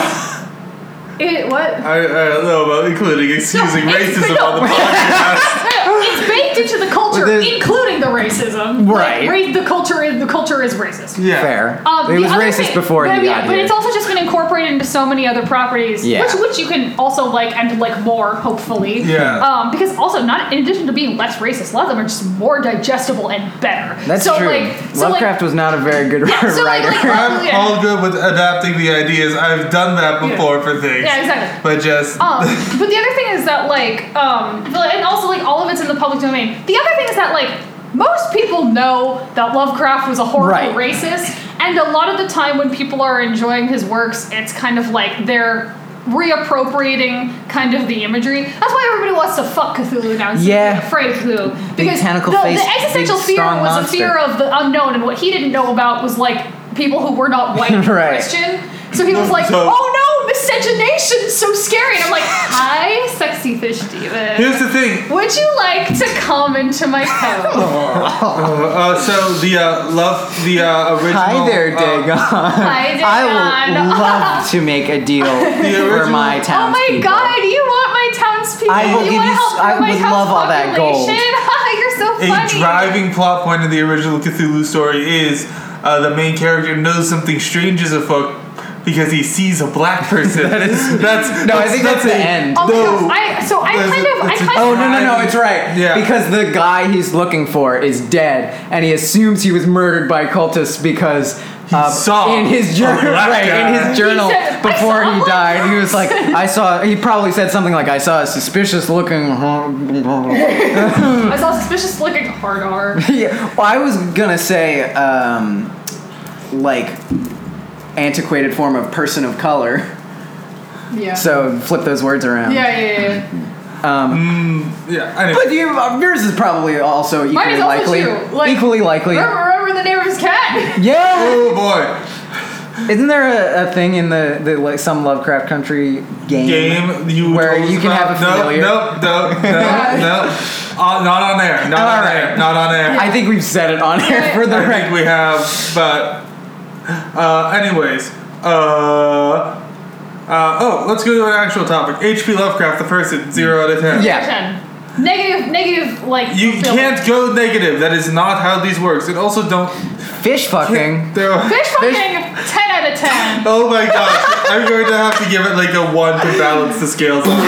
S3: it what? (laughs)
S1: I, I don't know about including excusing
S3: No, it's-
S1: racism on the
S3: no.
S1: podcast.
S3: it's baked into the culture,
S2: But there's-
S3: including the racism.
S2: Right.
S3: Like, ra- the culture is the culture is racist.
S1: yeah.
S2: Fair.
S3: Um,
S2: it
S3: the
S2: was
S3: other
S2: racist
S3: thing-
S2: before
S3: but,
S2: he
S3: yeah,
S2: got
S3: But
S2: here.
S3: it's also just been incorporated into so many other properties,
S2: Yeah.
S3: which which you can also like and like more, hopefully.
S1: Yeah.
S3: Um, because also not in addition to being less racist, a lot of them are just more digestible and better.
S2: That's
S3: so,
S2: true.
S3: Like, so
S2: Lovecraft
S3: like,
S2: was not a very good
S3: (laughs) Yeah, so, like,
S2: writer.
S3: like-
S1: I'm
S3: Yeah.
S1: all good with adapting the ideas. I've done that
S3: Yeah.
S1: before for things.
S3: yeah, exactly.
S1: But just
S3: Um, but the other thing is that like, um, and also like all of it's in the public domain. The other thing is that like most people know that Lovecraft was a horrible
S2: Right.
S3: racist, and a lot of the time when people are enjoying his works, it's kind of like they're reappropriating kind of the imagery. That's why everybody wants to fuck Cthulhu now. instead of
S2: Yeah.
S3: being afraid of Cthulhu
S2: Big
S3: because
S2: tentacle
S3: the,
S2: face,
S3: the existential
S2: big
S3: fear
S2: strong
S3: was
S2: monster.
S3: a fear of the unknown, and what he didn't know about was like people who were not white and
S2: (laughs) Right.
S3: Christian. So he was like,
S1: So-
S3: "Oh no, miscegenation so scary. And I'm like, hi, sexy fish demon.
S1: here's the thing.
S3: Would you like to come into
S2: (laughs)
S3: my cove?
S1: Uh, so the uh, love the uh, original.
S2: (laughs) Hi there,
S1: uh,
S2: Dagon. (laughs)
S3: Hi,
S2: I
S3: Dagon.
S2: will
S3: (laughs)
S2: love to make a deal for
S1: original-
S2: my
S3: Oh my
S2: townspeople.
S3: god, you want my townspeople?
S2: I will
S3: you
S2: give
S3: want
S2: you
S3: to
S2: s-
S3: help
S2: I
S3: grow my
S2: would
S3: town's
S2: love all that gold.
S3: population? (laughs) You're so
S1: a
S3: funny.
S1: driving plot point of the original Cthulhu story is uh, the main character knows something strange is afoot because he sees a black
S2: (laughs)
S1: person. that is, that's
S2: No, I
S1: that's-
S2: think that's
S1: a-
S2: the end.
S3: Oh my
S1: no.
S3: gosh, I, so I
S1: That's
S3: kind
S1: a-
S3: of, I
S1: that's a-
S3: kind
S2: Oh
S3: of,
S2: no no no! It's right.
S1: Yeah.
S2: Because the guy he's looking for is dead, and he assumes he was murdered by cultists because uh,
S1: saw
S2: in his
S1: a
S2: journal,
S1: black
S2: right? In
S1: guy.
S2: his journal
S3: He said, "I
S2: before
S3: saw
S2: he
S3: a
S2: died, he was like, "I saw." He probably said something like, "I saw a suspicious looking." (laughs)
S3: I saw suspicious looking hard
S2: (laughs)
S3: R.
S2: yeah. Well, I was gonna say, um, like, antiquated form of person of color. (laughs)
S3: Yeah.
S2: So flip those words around.
S3: yeah, yeah, yeah.
S1: Yeah, anyway.
S2: But you, uh, yours is probably also equally
S3: Mine is also
S2: likely.
S3: true, like-
S2: equally likely.
S3: Remember, remember the name of his cat?
S2: Yeah.
S1: oh boy,
S2: Isn't there a, a thing in the, the like some Lovecraft Country game?
S1: game you
S2: Where
S1: told us
S2: you can
S1: about.
S2: have a familiar.
S1: Nope, nope, nope, nope,
S3: (laughs)
S1: nope. Uh, not on air. Not on
S2: All right.
S1: air. Not on air.
S2: I think we've said it on air
S1: (laughs)
S2: for the
S1: I think
S2: record.
S1: we have, but uh, anyways, uh, uh, oh, let's go to an actual topic. H.P. Lovecraft, the person, zero out of ten.
S2: Yeah.
S3: Ten. Negative, negative, like.
S1: You
S3: feeling.
S1: can't go negative. That is not how these works. And also, don't.
S2: Fish fucking.
S1: Throw,
S3: Fish fucking
S2: Fish-
S3: 10 out of 10.
S1: oh my gosh! I'm going to have to give it like a one to balance the
S2: (laughs)
S1: scales.
S3: Boo! Boo!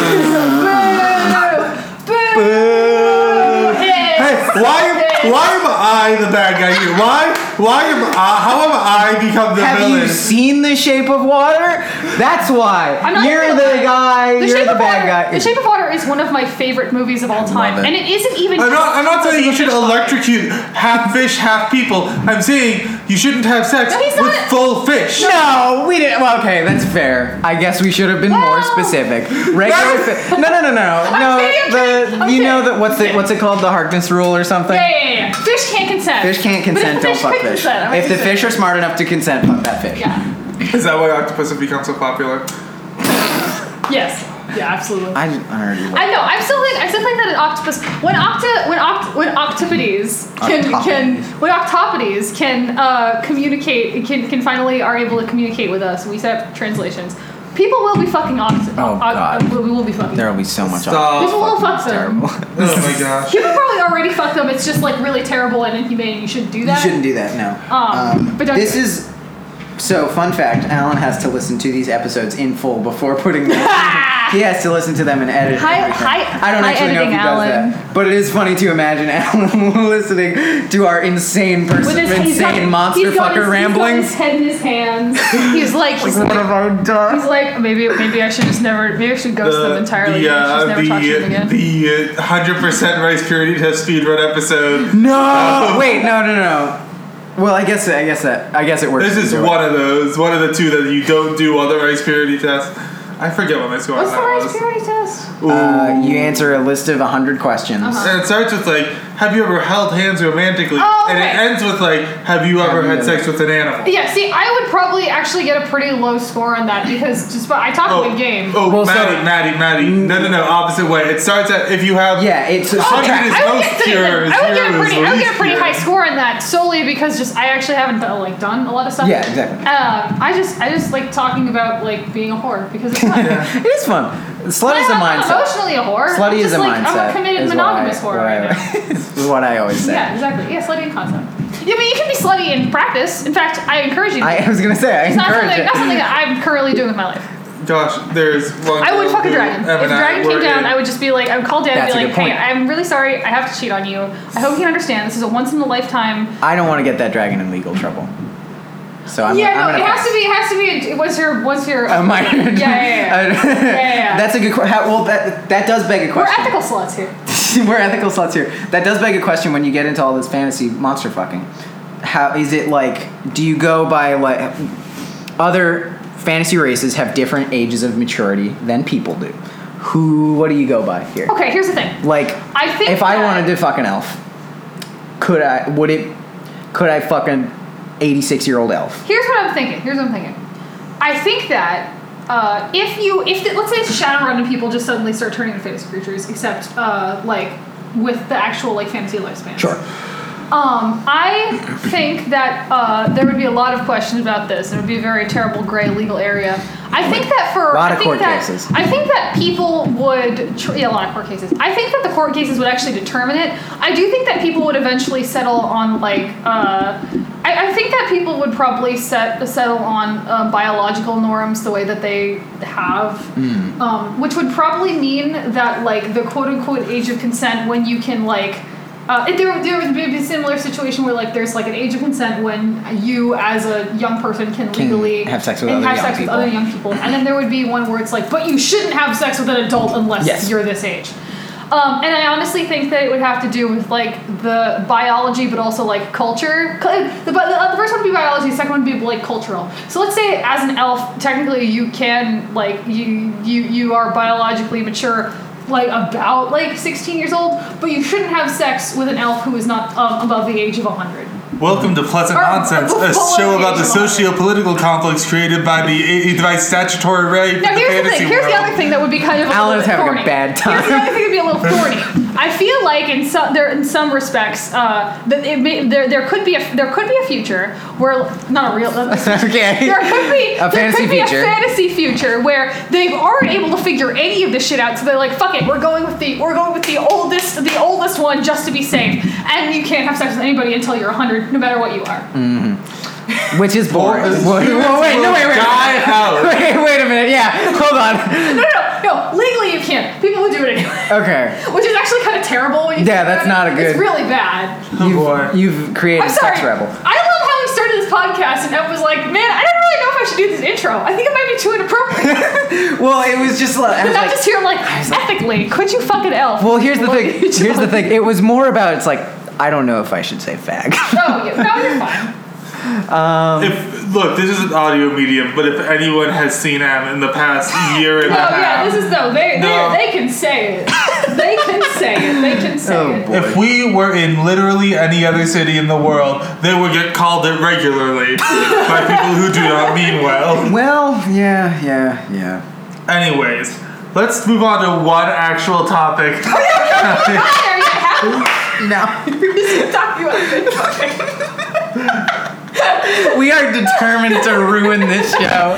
S1: hey,
S3: Yes.
S1: why? Why am I the bad guy here? Why? Why am I? How have I become the
S2: Have
S1: villain?
S2: you seen The Shape of Water? That's why.
S3: I'm not
S2: You're
S3: even
S2: the
S3: lying.
S2: guy.
S3: The
S2: you're
S3: Shape
S2: the
S3: of
S2: bad
S3: Water-
S2: guy.
S3: The Shape of Water is one of my favorite movies of all time,
S2: it.
S3: and it isn't even.
S1: I'm not, I'm not
S3: just
S1: saying you should
S3: because of
S1: electrocute half fish, half people. I'm saying you shouldn't have sex
S3: No, he's
S1: with
S3: not-
S1: full fish.
S2: no, we didn't. Well, okay, that's fair. I guess we should have been more
S3: Well-
S2: specific. Regular. fi- no, no, no, no,
S3: kidding,
S2: no.
S3: (laughs) I'm
S2: The
S3: kidding.
S2: you know
S3: Okay.
S2: that what's it what's it called the Harkness rule or something?
S3: Yeah, yeah, yeah, yeah. Fish can't consent.
S2: Fish can't
S3: But if
S2: consent.
S3: the
S2: Don't fuck
S3: could
S2: fish.
S3: consent, I'm
S2: If the
S3: like,
S2: fish are smart enough to consent, fuck that fish.
S3: Yeah.
S1: Is that why octopus have become so popular? Oh
S3: Yes. Yeah, absolutely.
S2: I, I already. went.
S3: I know. I'm still think. I still think that an octopus. When octa. When oct. When octopodes can can.
S2: Octopodes.
S3: When octopodes can uh, communicate. Can can finally are able to communicate with us. We set up translations. People will be fucking oct.
S2: Oh,
S3: oct- uh,
S2: God.
S3: we will be fucking.
S2: There will be so much.
S1: Stop.
S3: People will fuck them.
S2: Terrible.
S1: Oh my gosh.
S3: People probably already fucked them. It's just like really terrible and inhumane. You shouldn't do
S2: you
S3: that.
S2: shouldn't do that. No.
S3: Um, but don't
S2: this
S3: do it.
S2: is so fun fact. Alan has to listen to these episodes in full before putting
S3: (laughs)
S2: them.
S3: Ah!
S2: he has to listen to them and edit.
S3: Hi-
S2: everything.
S3: hi-
S2: I don't
S3: hi
S2: actually know if
S3: editing,
S2: he
S3: Alan.
S2: does that, but it is funny to imagine (laughs) Alan listening to our insane person,
S3: With his he's got-
S2: insane monster
S3: he's got
S2: fucker
S3: his,
S2: ramblings.
S3: He's got his head in his
S2: (laughs)
S3: hands. He's like, he's
S2: What
S3: like,
S2: have I done?
S3: he's like, maybe, maybe I should just never, maybe I should ghost them entirely.
S1: Uh, the,
S3: Maybe I should just never talk to them
S1: uh,
S3: again.
S1: the, the hundred percent rice purity test speedrun episode.
S2: No. (laughs) Wait. No. No. No. Well, I guess I guess that I guess it works.
S1: This is
S2: either way.
S1: one of those, one of the two that you don't do on the rice purity test. I forget what my score on
S3: What's the
S1: that
S3: highest
S1: was.
S3: purity test?
S2: Uh, you answer a list of 100 questions.
S3: Uh-huh.
S1: And it starts with like, have you ever held hands romantically?
S3: Oh,
S1: And
S3: okay.
S1: it ends with like, have you ever
S2: you
S1: had
S2: ever-
S1: sex with an animal?
S3: Yeah, see, I would probably actually get a pretty low score on that because just but I talk a good game.
S1: oh,
S2: Well, so-
S1: Maddie, Maddie, Maddie. No, no, no, opposite way. It starts at if you have.
S2: Yeah, it's
S1: Oh,
S3: Okay,
S1: hundred
S2: subtract.
S1: is
S3: I would
S1: most
S3: get,
S1: pure,
S3: pretty- I would get a
S1: zero is
S3: pretty, I would get a
S1: least
S3: pretty
S1: pure.
S3: high score on that solely because just I actually haven't done, like done a lot of stuff.
S2: Yeah, exactly.
S3: Uh, I just I just like talking about like being a whore because it's fun.
S2: (laughs) it is (laughs) fun. Slut
S3: But
S2: is a
S3: I'm not
S2: mindset.
S3: Emotionally a whore.
S2: Slutty
S3: I'm
S2: is
S3: just
S2: a
S3: like,
S2: mindset.
S3: I'm a committed
S2: is what
S3: monogamous
S2: I-
S3: whore
S2: what I-
S3: right now.
S2: (laughs) is what I always say.
S3: yeah, exactly. Yeah, slutty in concept. Yeah, but you can be slutty in practice. In fact, I encourage you. to.
S2: I was gonna say I
S3: it's not
S2: encourage
S3: something,
S2: it.
S3: not something that I'm currently doing with my life.
S1: Josh, there's one.
S3: I would
S1: girl
S3: fuck a
S1: who Em
S3: dragon. If a
S1: and I
S3: dragon came
S1: were
S3: down,
S1: in-
S3: I would just be like, I would call dad
S2: That's a
S3: and be
S2: good
S3: like, hey,
S2: point.
S3: I'm really sorry. I have to cheat on you. I hope you understand. This is a once in a lifetime.
S2: I don't want to get that dragon in legal trouble. So I'm,
S3: yeah,
S2: I'm gonna
S3: no, it has
S2: pass. (laughs)
S3: to be. It has to be. A, what's your? What's your?
S2: Uh, my,
S3: yeah, yeah,
S2: (laughs)
S3: yeah. yeah, yeah.
S2: That's a good question. Well, that that does beg a
S3: We're
S2: question.
S3: ethical sluts here.
S2: (laughs) We're ethical sluts here. That does beg a question when you get into all this fantasy monster fucking. How is it like? Do you go by like other fantasy races have different ages of maturity than people do? Who? What do you go by here?
S3: Okay, here's the thing.
S2: Like,
S3: I think
S2: if I
S3: that-
S2: wanted to fuck an elf, could I? Would it? Could I fuck an eighty-six-year-old elf?
S3: Here's what I'm thinking. Here's what I'm thinking. I think that uh, if you, if the, let's say it's Shadowrun and people just suddenly start turning into fantasy creatures, except uh, like with the actual like fantasy lifespan.
S2: Sure.
S3: Um, I think that uh, there would be a lot of questions about this. It would be a very terrible gray legal area. I think that for
S2: A lot
S3: I
S2: of
S3: think
S2: court
S3: that,
S2: cases.
S3: I think that people would tr- yeah, a lot of court cases. I think that the court cases would actually determine it. I do think that people would eventually settle on like uh, I, I think that people would probably set settle on uh, biological norms the way that they have,
S2: Hmm.
S3: um, which would probably mean that like the quote unquote age of consent when you can like. Uh, it- there, there would be a similar situation where, like, there's like an age of consent when you, as a young person, can,
S2: Can
S3: legally
S2: have sex with
S3: and
S2: other
S3: have
S2: young
S3: sex with
S2: people.
S3: other young young people. And then there would be one where it's like, but you shouldn't have sex with an adult unless
S2: Yes.
S3: you're this age. Um, and I honestly think that it would have to do with like the biology, but also like culture. Cu- uh, The, but the, the first one would be biology. The second one would be like cultural. So let's say as an elf, technically you can like you you you are biologically mature, like about like 16 years old, but you shouldn't have sex with an elf who is not um, above the age of 100.
S1: Welcome to Pleasant
S3: Or-
S1: Nonsense,
S3: or-
S1: a
S3: or-
S1: show about the
S3: or-
S1: socio-political conflicts created by the by statutory rape.
S3: Now
S1: in the
S3: here's the
S1: fantasy
S3: thing. Here's the
S1: world.
S3: other thing that would be kind of a
S2: Alan's having
S3: little bit
S2: a
S3: thorny.
S2: bad
S3: Here's the other thing that'd be a little thorny. I feel like in some there in some respects uh, that it may, there there could be a there could be a future where not a real
S2: (laughs) (laughs)
S3: uh,
S2: okay.
S3: there could be
S2: A
S3: there
S2: fantasy
S3: could be
S2: future.
S3: a fantasy future where they aren't able to figure any of this shit out, so they're like, "Fuck it, we're going with the we're going with the oldest the oldest one just to be safe." And you can't have sex with anybody until you're 100, no matter what you are.
S2: Mm. Which is boring.
S1: Well,
S2: Whoa, whoa, (laughs) wait, no, wait, wait.
S1: Die
S2: (laughs)
S1: out.
S2: Wait, wait a minute. Yeah, hold on.
S3: No, no, no, no. Legally, you can't. People would do it anyway.
S2: Okay,
S3: Which is actually kind of terrible when you
S2: Yeah,
S3: think
S2: that's
S3: about it.
S2: not a
S3: It's
S2: good-
S3: really bad.
S1: Oh, boy.
S2: you've you've created
S3: I'm sorry.
S2: sex rebel.
S3: I love how we started this podcast and Ev was like, man, I don't really know if I should do this intro. I think it might be too
S2: (laughs)
S3: inappropriate.
S2: Well, it was just like I
S3: and
S2: was
S3: I'm
S2: like,
S3: just here like, ethically, could you fuck an elf?
S2: (laughs) well, here's the
S3: What
S2: thing.
S3: did you
S2: Here's the
S3: do?
S2: thing. It was more about it's like I don't know if I should say fag.
S3: (laughs) No, you- no, you're fine.
S1: Um, If look, this is an audio medium, but if anyone has seen Em in the past year
S3: (gasps)
S1: and
S3: No,
S1: a half,
S3: Oh,
S2: (laughs)
S3: yeah, this is no. They,
S1: No.
S3: They, they can say it. They can say it. They can say
S2: Oh,
S3: it.
S2: boy.
S1: If we were in literally any other city in the world, they would get called it regularly (laughs) by people who do not mean well.
S2: well, yeah, yeah, yeah.
S1: Anyways, let's move on to one actual topic.
S3: (laughs) Ah, (laughs) there you have it. (laughs)
S2: No,
S3: Talk you up.
S2: we are determined to ruin this show,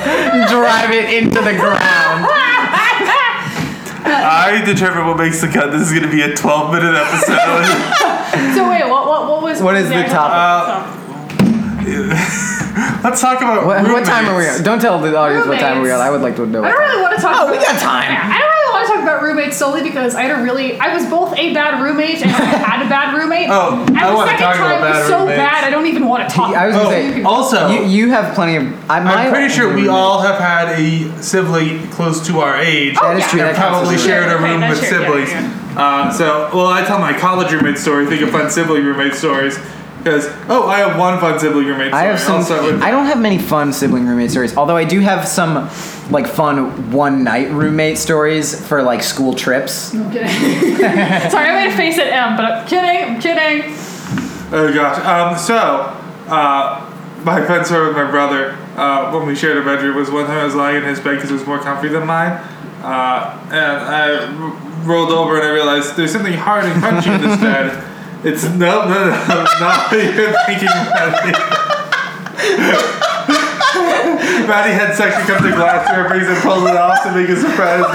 S2: drive it into the ground.
S1: I determine what makes the cut. This is going to be a 12 minute
S3: (laughs)
S1: episode.
S3: (laughs)
S1: Uh,
S3: So wait, what, what, what was
S2: What is the
S3: actual
S2: topic?
S3: topic?
S1: (laughs) let's talk about
S2: What, what time are we
S1: roommates.
S2: on? Don't tell the audience what time we are.
S3: Roommates.
S2: on. I would like to know.
S3: I don't really want to talk.
S2: Oh,
S3: about,
S2: we got time.
S3: Yeah, I don't really want to talk about roommates solely because I had a really. I was both a bad roommate and I had a bad roommate.
S1: Oh,
S3: and
S1: I
S3: the
S1: wanna
S3: second
S1: talk about
S3: time
S1: bad
S3: was so
S1: roommates.
S3: bad I don't even want to talk.
S2: I was gonna
S1: Oh,
S2: say.
S1: also,
S2: You, you have plenty of. I, my,
S1: I'm pretty sure we all have had a sibling close to our age.
S3: Oh,
S2: That is
S3: yeah.
S2: true.
S1: and
S2: That counts
S1: probably
S2: as a-
S1: shared a
S3: Okay,
S1: room
S3: that's
S1: with
S3: true. Yeah,
S1: siblings.
S3: yeah,
S1: Uh, so, well, I tell my college roommate story. Think of fun sibling roommate stories. Because oh, I have one fun sibling roommate.
S2: I
S1: Sorry.
S2: have some.
S1: I'll start with
S2: I don't have many fun sibling roommate stories. Although I do have some, like fun one night roommate stories for like school trips.
S3: I'm kidding. (laughs) Sorry, I made a face at M, but I'm kidding. I'm kidding.
S1: Oh gosh. Um, so, uh, my friend story with my brother uh, when we shared a bedroom was one time I was lying in his bed because it was more comfy than mine, uh, and I r- rolled over and I realized there's something hard and crunchy in this bed. It's no, no, no, not (laughs) what you're thinking, Maddie. (laughs) Maddie had section comes to glass surface and pulls it off to make a surprise noise.
S2: (laughs)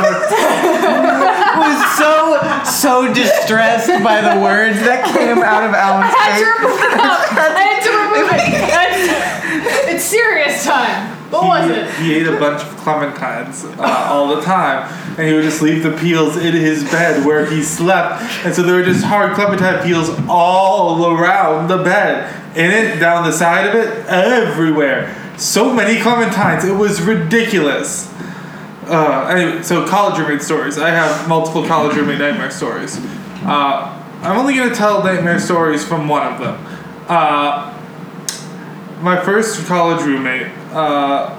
S2: I was so so distressed by the words that came out of Alan's
S3: I had to remove it up. I had to remove it. That's- (laughs) it's serious time. What was it?
S1: He, he ate a bunch of clementines uh, all the time, and he would just leave the peels in his bed where he slept, and so there were just hard clementine peels all around the bed, in it, down the side of it, everywhere. So many clementines, it was ridiculous. Uh, anyway, so college roommate stories. I have multiple college roommate nightmare stories. Uh, I'm only gonna tell nightmare stories from one of them. Uh, my first college roommate uh,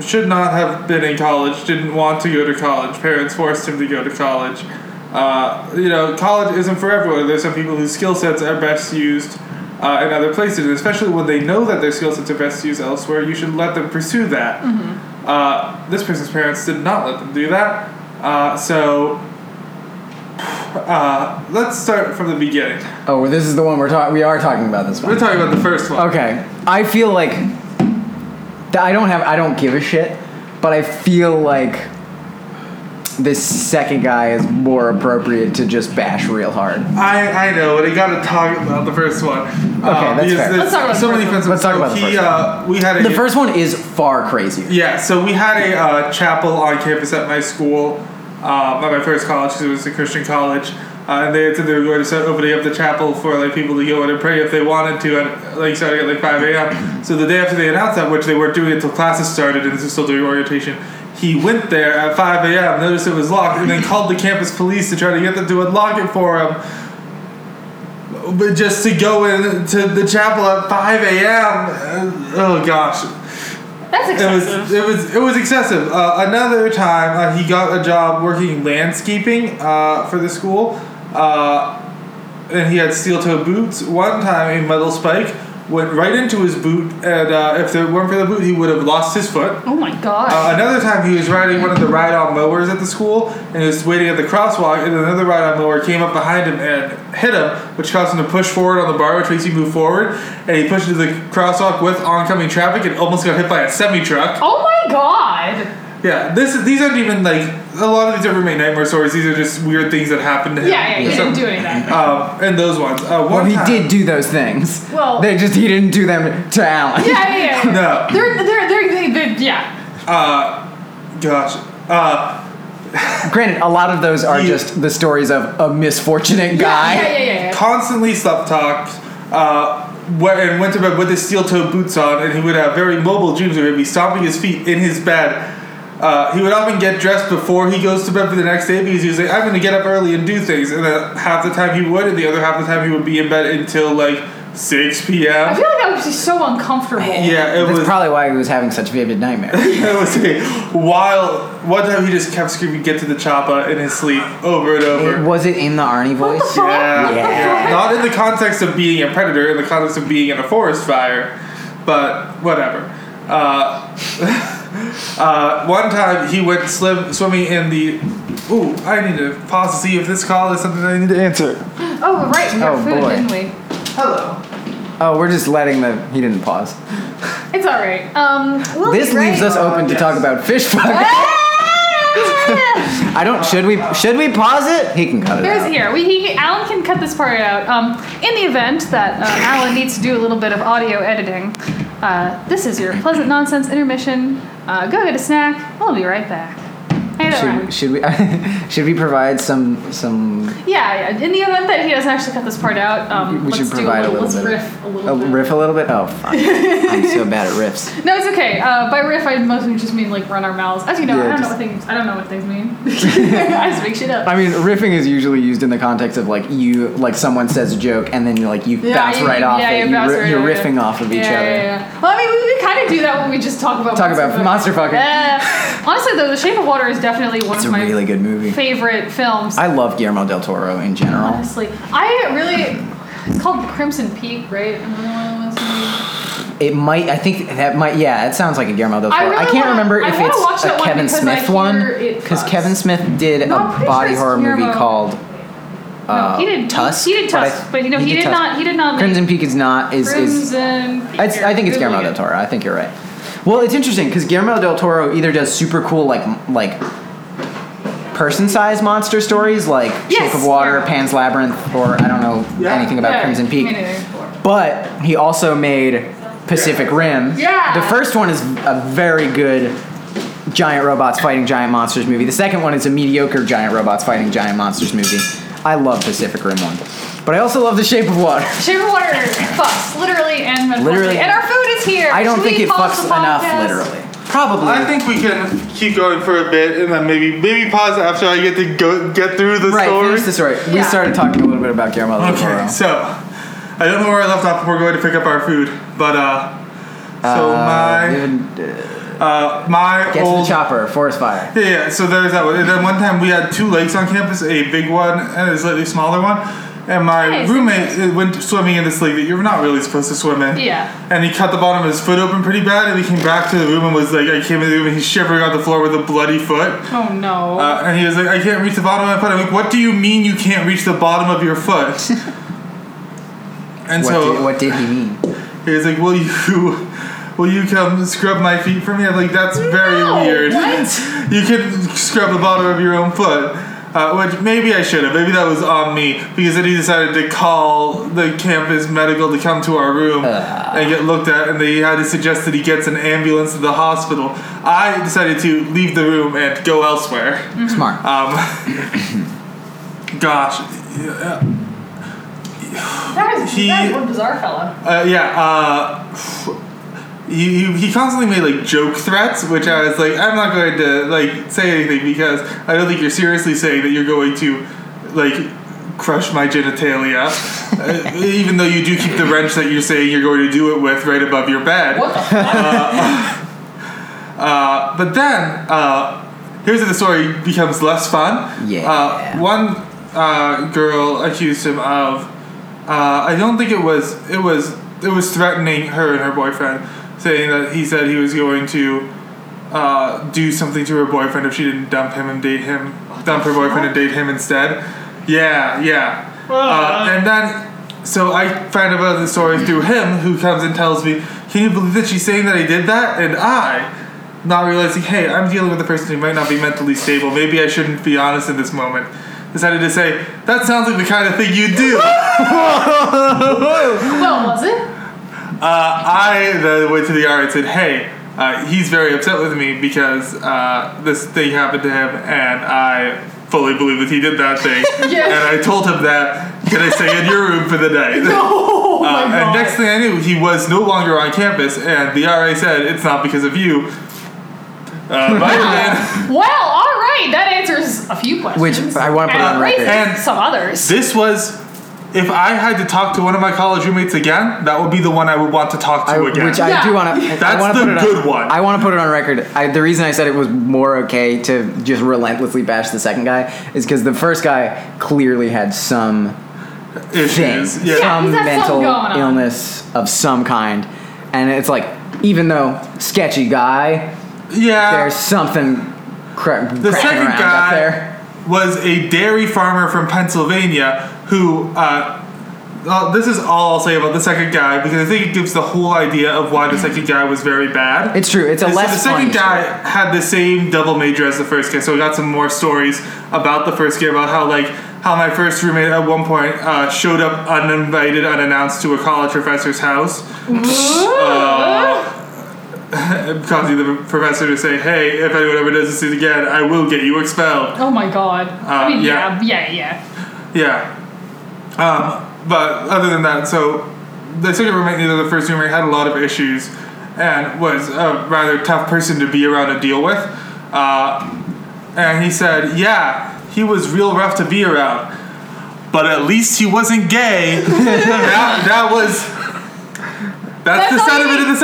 S1: should not have been in college, didn't want to go to college. Parents forced him to go to college. Uh, you know, college isn't for everyone. There's some people whose skill sets are best used uh, in other places, and especially when they know that their skill sets are best used elsewhere, you should let them pursue that. Uh, this person's parents did not let them do that. Uh, so, uh, let's start from the beginning.
S2: Oh, well, this is the one we're talking. We are talking about this
S1: We're
S2: one.
S1: talking about the first one.
S2: Okay, I feel like th- I don't have. I don't give a shit, but I feel like this second guy is more appropriate to just bash real hard.
S1: I, I know, but I gotta talk about the first one. Okay,
S2: that's fair.
S3: Let's talk about the
S1: so many
S3: first one.
S1: friends.
S2: Let's talk
S1: so
S2: about the
S1: he,
S2: first one.
S1: uh, We had a
S2: The first one is far crazier.
S1: yeah. So we had a uh, chapel on campus at my school, uh, at my first college, because it was a Christian college, uh, and they said they were going to start opening up the chapel for like people to go in and pray if they wanted to, at like starting at like five a.m. So the day after they announced that, which they weren't doing until classes started, and this was still during orientation. He went there at 5 a.m., noticed it was locked, and then called the campus police to try to get them to unlock it for him. But just to go into the chapel at 5 a.m. uh, Oh gosh.
S3: That's
S1: It was
S3: excessive.
S1: it was it was excessive. Uh, another time, uh, he got a job working landscaping uh, for the school, uh, and he had steel-toe boots. One time, a metal spike went right into his boot, and uh, if it weren't for the boot, he would have lost his foot.
S3: oh my god.
S1: Uh, another time, he was riding one of the ride-on mowers at the school, and he was waiting at the crosswalk, and another ride-on mower came up behind him and hit him, which caused him to push forward on the bar, which makes you move forward, and he pushed into the crosswalk with oncoming traffic and almost got hit by a semi-truck.
S3: oh my god.
S1: Yeah, this these aren't even like a lot of these are roommate nightmare stories. These are just weird things that happened to him.
S3: Yeah, yeah, you didn't
S1: So,
S3: do any of that.
S1: Um, and those ones. Uh, one
S2: Well, he
S1: time-
S2: did do those things.
S3: Well-
S2: they just he didn't do them to Alan.
S3: Yeah, yeah,
S1: (laughs)
S3: yeah.
S1: No.
S3: They're, they're, they're, they, they, yeah.
S1: Uh, gosh. Uh,
S2: Granted, a lot of those are
S1: He-
S2: just the stories of a misfortunate guy.
S3: Yeah, yeah, yeah, yeah. yeah.
S1: constantly slept talked. Uh, went, and went to bed with his steel-toed boots on, and he would have very mobile dreams where he'd be stomping his feet in his bed. Uh, he would often get dressed before he goes to bed for the next day because he was like, "I'm going to get up early and do things." And then half the time he would, and the other half the time he would be in bed until like 6
S3: I
S1: p.m.
S3: feel like I was just so uncomfortable.
S1: Yeah, it
S2: That's
S1: was
S2: probably why he was having such vivid
S1: (laughs)
S2: nightmares.
S1: It was a while one time he just kept screaming "Get to the choppa" in his sleep over and
S2: It-
S1: over.
S2: was it in the Arnie voice?
S1: Yeah,
S2: Yeah.
S1: yeah. Not in the context of being a predator, in the context of being in a forest fire, but whatever. Uh, (laughs) uh, one time he went slim, swimming in the. Ooh, I need to pause to see if this call is something I need to answer.
S3: Oh, right. We got
S2: Oh,
S3: food,
S2: boy.
S3: didn't we?
S1: Hello.
S2: Oh, we're just letting the. He didn't pause.
S3: It's all right. Um, we'll
S2: This
S3: be
S2: leaves
S3: right-
S2: us open to
S1: yes.
S2: talk about fish fuck.
S3: Ah!
S2: I don't. Should we? Should we pause it? He can cut it
S3: (laughs) Here's
S2: out.
S3: here. We he, Alan can cut this part out. Um, in the event that uh, Alan needs to do a little bit of audio editing, uh, this is your pleasant nonsense intermission. Uh, go get a snack. We'll be right back. Either
S2: Should,
S3: way.
S2: should we (laughs) should we provide some some
S3: Yeah, yeah. In the event that he doesn't actually cut this part out, um,
S2: we
S3: let's
S2: should
S3: do
S2: provide
S3: a
S2: a
S3: little,
S2: little,
S3: let's
S2: bit
S3: riff a little
S2: a
S3: bit.
S2: riff a little bit oh fuck I'm
S3: (laughs)
S2: so bad at riffs
S3: No, it's okay. Uh, by riff, I mostly just mean like run our mouths. As you know,
S2: Yeah,
S3: I don't know
S2: just-
S3: what things. I don't know what
S2: (laughs)
S3: things mean. (laughs) I just make shit up.
S2: I mean riffing is usually used in the context of like you like someone says a joke and then you like you
S3: Yeah,
S2: bounce
S3: you-
S2: right off
S3: yeah,
S2: it
S3: you
S2: you
S3: bounce
S2: ri-
S3: right
S2: you're
S3: off it.
S2: riffing off of each
S3: yeah,
S2: other
S3: Yeah, yeah. Well, I mean, we, we kind of do that when we just talk about
S2: Talk about monster fucking.
S3: Yeah. Honestly, though, The Shape of Water is definitely one
S2: it's a
S3: of my
S2: really good movie
S3: favorite films.
S2: I love Guillermo del Toro in general
S3: honestly, I really. It's called The Crimson Peak, right? Another one of those movies.
S2: It might. I think that might. Yeah, it sounds like a Guillermo del Toro.
S3: I
S2: I,
S3: really
S2: can't
S3: wanna-
S2: remember
S3: I
S2: if
S3: wanna
S2: it's
S3: watch that
S2: a
S3: one
S2: Kevin
S3: because I
S2: Smith
S3: hear
S2: one
S3: it fucks.
S2: Kevin Smith did
S3: No, I'm
S2: a
S3: pretty
S2: body
S3: sure it's
S2: horror movie
S3: Guillermo.
S2: called.
S3: No,
S2: uh,
S3: he did.
S2: Tusk.
S3: He, he did
S2: but I-
S3: Tusk, but you know he, did
S2: Tusk.
S3: not. He did not.
S2: Crimson Peak is not is
S3: Make
S2: is.
S3: Crimson. Peak.
S2: It's, I think it's
S3: Googling
S2: Guillermo
S3: it.
S2: del Toro. I think you're right. Well, it's interesting because Guillermo del Toro either does super cool like m- like person-sized monster stories like
S3: Yes,
S2: Shape of Water,
S3: yeah.
S2: Pan's Labyrinth, or I don't know
S4: Yeah.
S2: anything about
S3: Yeah,
S2: Crimson Peak.
S3: me neither.
S2: But he also made Pacific Rim.
S3: Yeah.
S2: The first one is a very good giant robots fighting giant monsters movie. The second one is a mediocre giant robots fighting giant monsters movie. I love Pacific Rim one, but I also love The Shape of Water.
S3: Shape of Water fucks literally and metaphorically.
S2: Literally.
S3: and our food is here.
S2: I don't
S3: Should
S2: think
S3: we
S2: it
S3: pause
S2: fucks
S3: the
S2: enough,
S3: podcast?
S2: literally. Probably.
S1: I think we can keep going for a bit and then maybe maybe pause after I get to go get through the
S2: right.
S1: story.
S2: Finish the story. We
S3: Yeah.
S2: started talking a little bit about Guillermo del Toro.
S1: Okay, so I don't know where I left off before going to pick up our food, but uh, so
S2: Uh,
S1: my
S2: we would, uh,
S1: uh, my
S2: get to the
S1: old
S2: chopper. Forest fire.
S1: yeah, yeah, so there's that one. And then one time we had two lakes on campus, a big one and a slightly smaller one. And my
S3: Nice.
S1: roommate uh, went swimming in this lake that you're not really supposed to swim in.
S3: Yeah.
S1: And he cut the bottom of his foot open pretty bad, and he came back to the room and was like, I came in the room and he's shivering on the floor with a bloody foot.
S3: Oh no.
S1: Uh, and he was like, I can't reach the bottom of my foot. I'm like, what do you mean you can't reach the bottom of your foot?
S2: (laughs)
S1: and
S2: What,
S1: so
S2: did, what did he mean?
S3: Mm-hmm.
S1: he was like, will you, (laughs) will you come scrub my feet for me? I'm like, that's very
S3: No,
S1: weird. (laughs)
S3: what?
S1: you can scrub the bottom of your own foot. Uh, which maybe I should have. Maybe that was on me because then he decided to call the campus medical to come to our room
S3: Ah.
S1: and get looked at, and they had to suggest that he gets an ambulance to the hospital. I decided to leave the room and go elsewhere.
S2: Smart.
S1: Um, (laughs)
S3: Mm.
S1: gosh, uh,
S3: that was
S1: he-
S3: that was one bizarre fella.
S1: uh, yeah. Uh, (sighs) he, he, he constantly made like joke threats, which I was like, I'm not going to like say anything because I don't think you're seriously saying that you're going to like crush my genitalia, (laughs) uh, even though you do keep the wrench that you're saying you're going to do it with right above your bed. (laughs)
S3: What the fuck?
S1: Uh, but then, uh, here's where the story becomes less fun.
S2: Yeah.
S1: Uh, one uh, girl accused him of. Uh, I don't think it was. It was. It was threatening her and her boyfriend, saying that he said he was going to uh, do something to her boyfriend if she didn't dump him and date him, dump her boyfriend and date him instead. Yeah, yeah. Uh, and then, so I find out about the story through him, who comes and tells me, "Can you believe that she's saying that I did that?" And I, not realizing, hey, I'm dealing with a person who might not be mentally stable. Maybe I shouldn't be honest in this moment. Decided to say, "That sounds like the kind of thing you
S3: (laughs)
S1: do."
S3: well,
S1: (laughs)
S3: was it?
S1: Uh, I then went to the R and said, "Hey, uh, he's very upset with me because uh, this thing happened to him, and I fully believe that he did that thing."
S3: (laughs) Yeah.
S1: And I told him that. Can I stay in your room for the night?
S3: (laughs) Oh my
S1: Uh, and
S3: god.
S1: next thing I knew, he was no longer on campus, and the RA said, "It's not because of you."
S3: (laughs)
S1: Uh, might have been.
S3: Ah. well, all right. That answers a few questions.
S2: Which I wanna put
S3: and
S2: on record.
S3: raises
S1: And-
S3: some others.
S1: This was. If I had to talk to one of my college roommates again, that would be the one I would want to talk to
S2: I,
S1: again.
S2: which I
S3: Yeah.
S2: do want to.
S1: That's
S2: wanna
S1: the
S2: put it
S1: good
S2: on,
S1: one.
S2: I want to put it on record. I, the reason I said it was more okay to just relentlessly bash the second guy is because the first guy clearly had some thing,
S1: Issues. Yeah.
S3: Yeah,
S2: some
S3: he's got something
S2: mental
S3: going on.
S2: illness of some kind, and it's like even though sketchy guy,
S1: Yeah.
S2: there's something cra-
S1: Uh, The
S2: cracking
S1: second
S2: around
S1: guy
S2: up there.
S1: was a dairy farmer from Pennsylvania who. Uh, well, this is all I'll say about the second guy because I think it gives the whole idea of why the second guy was very bad.
S2: It's true. It's a
S1: so
S2: less
S1: the second
S2: funny
S1: guy
S2: story.
S1: had the same double major as the first guy, so we got some more stories about the first guy about how like how my first roommate at one point uh, showed up uninvited, unannounced to a college professor's house.
S3: Ooh.
S1: causing the professor to say, "Hey, if anyone ever does this again, I will get you expelled."
S3: (gasps) Oh my god. I
S1: Uh,
S3: mean,
S1: yeah.
S3: yeah, yeah, yeah.
S1: Yeah. Um, but other than that, so the second roommate, neither the first roommate, had a lot of issues, and was a rather tough person to be around and deal with. Uh, and he said, "Yeah, he was real rough to be around." But at least he wasn't gay. (laughs) that, that was. That's,
S3: That's
S1: the
S3: all you
S1: sentiment of
S3: need.
S1: the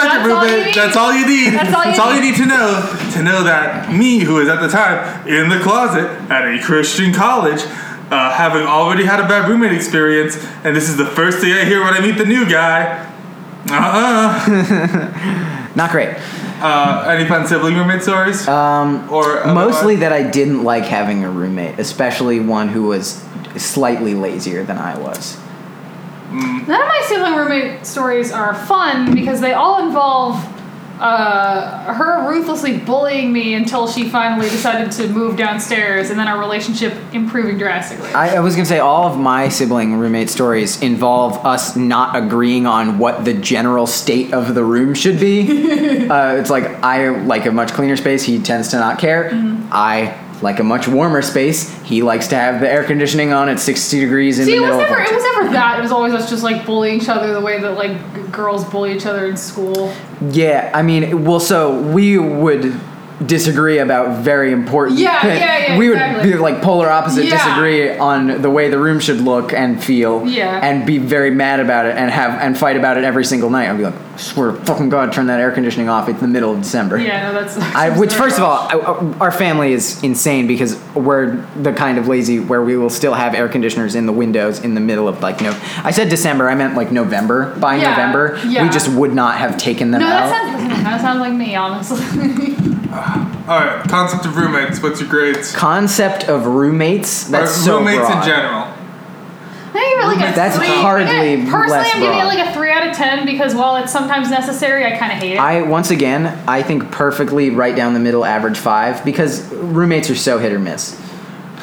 S1: second
S3: That's all you
S1: roommate.
S3: need.
S1: That's all you need.
S3: That's all you
S1: need to know. To know that me, who was at the time in the closet at a Christian college, uh, having already had a bad roommate experience, and this is the first thing I hear when I meet the new guy. Uh-uh.
S2: Not great.
S1: Uh, any fun sibling roommate stories? Um, or otherwise?
S2: Mostly that I didn't like having a roommate, especially one who was slightly lazier than I was.
S3: None of my sibling roommate stories are fun because they all involve uh, her ruthlessly bullying me until she finally decided to move downstairs, and then our relationship improving drastically.
S2: I, I was gonna say all of my sibling roommate stories involve us not agreeing on what the general state of the room should
S3: (laughs)
S2: be. uh, it's like I like a much cleaner space. He tends to not care.
S3: Mm-hmm.
S2: I like a much warmer space. He likes to have the air conditioning on at sixty degrees in
S3: See,
S2: the
S3: it was
S2: middle.
S3: never
S2: of
S3: it was never that. It was always us just like bullying each other the way that like g- girls bully each other in school.
S2: yeah, I mean, well, so we would disagree about very important.
S3: Yeah, yeah, yeah,
S2: we would
S3: exactly.
S2: be like polar opposite,
S3: Yeah.
S2: disagree on the way the room should look and feel.
S3: Yeah.
S2: and be very mad about it and have and fight about it every single night. I'd be like, I swear to fucking god, turn that air conditioning off. It's the middle of December.
S3: Yeah, no, that's.
S2: I, which, first of all, I, I- our family is insane because we're the kind of lazy where we will still have air conditioners in the windows in the middle of like no. I said December, I meant like November. By
S3: Yeah,
S2: November,
S3: yeah.
S2: we just would not have taken them
S3: no,
S2: out.
S3: that sounds (laughs) that sounds like me, honestly. (laughs)
S1: All right, concept of roommates. What's your grades?
S2: Concept of roommates. That's
S1: Or
S2: so
S1: roommates
S2: broad.
S1: in general.
S3: I give it like a
S2: That's
S3: three.
S2: hardly
S3: I give it- personally,
S2: less
S3: I'm giving it
S2: broad.
S3: like a three out of ten because while it's sometimes necessary, I kind of hate it.
S2: I once again, I think perfectly right down the middle, average five because roommates are so hit or miss.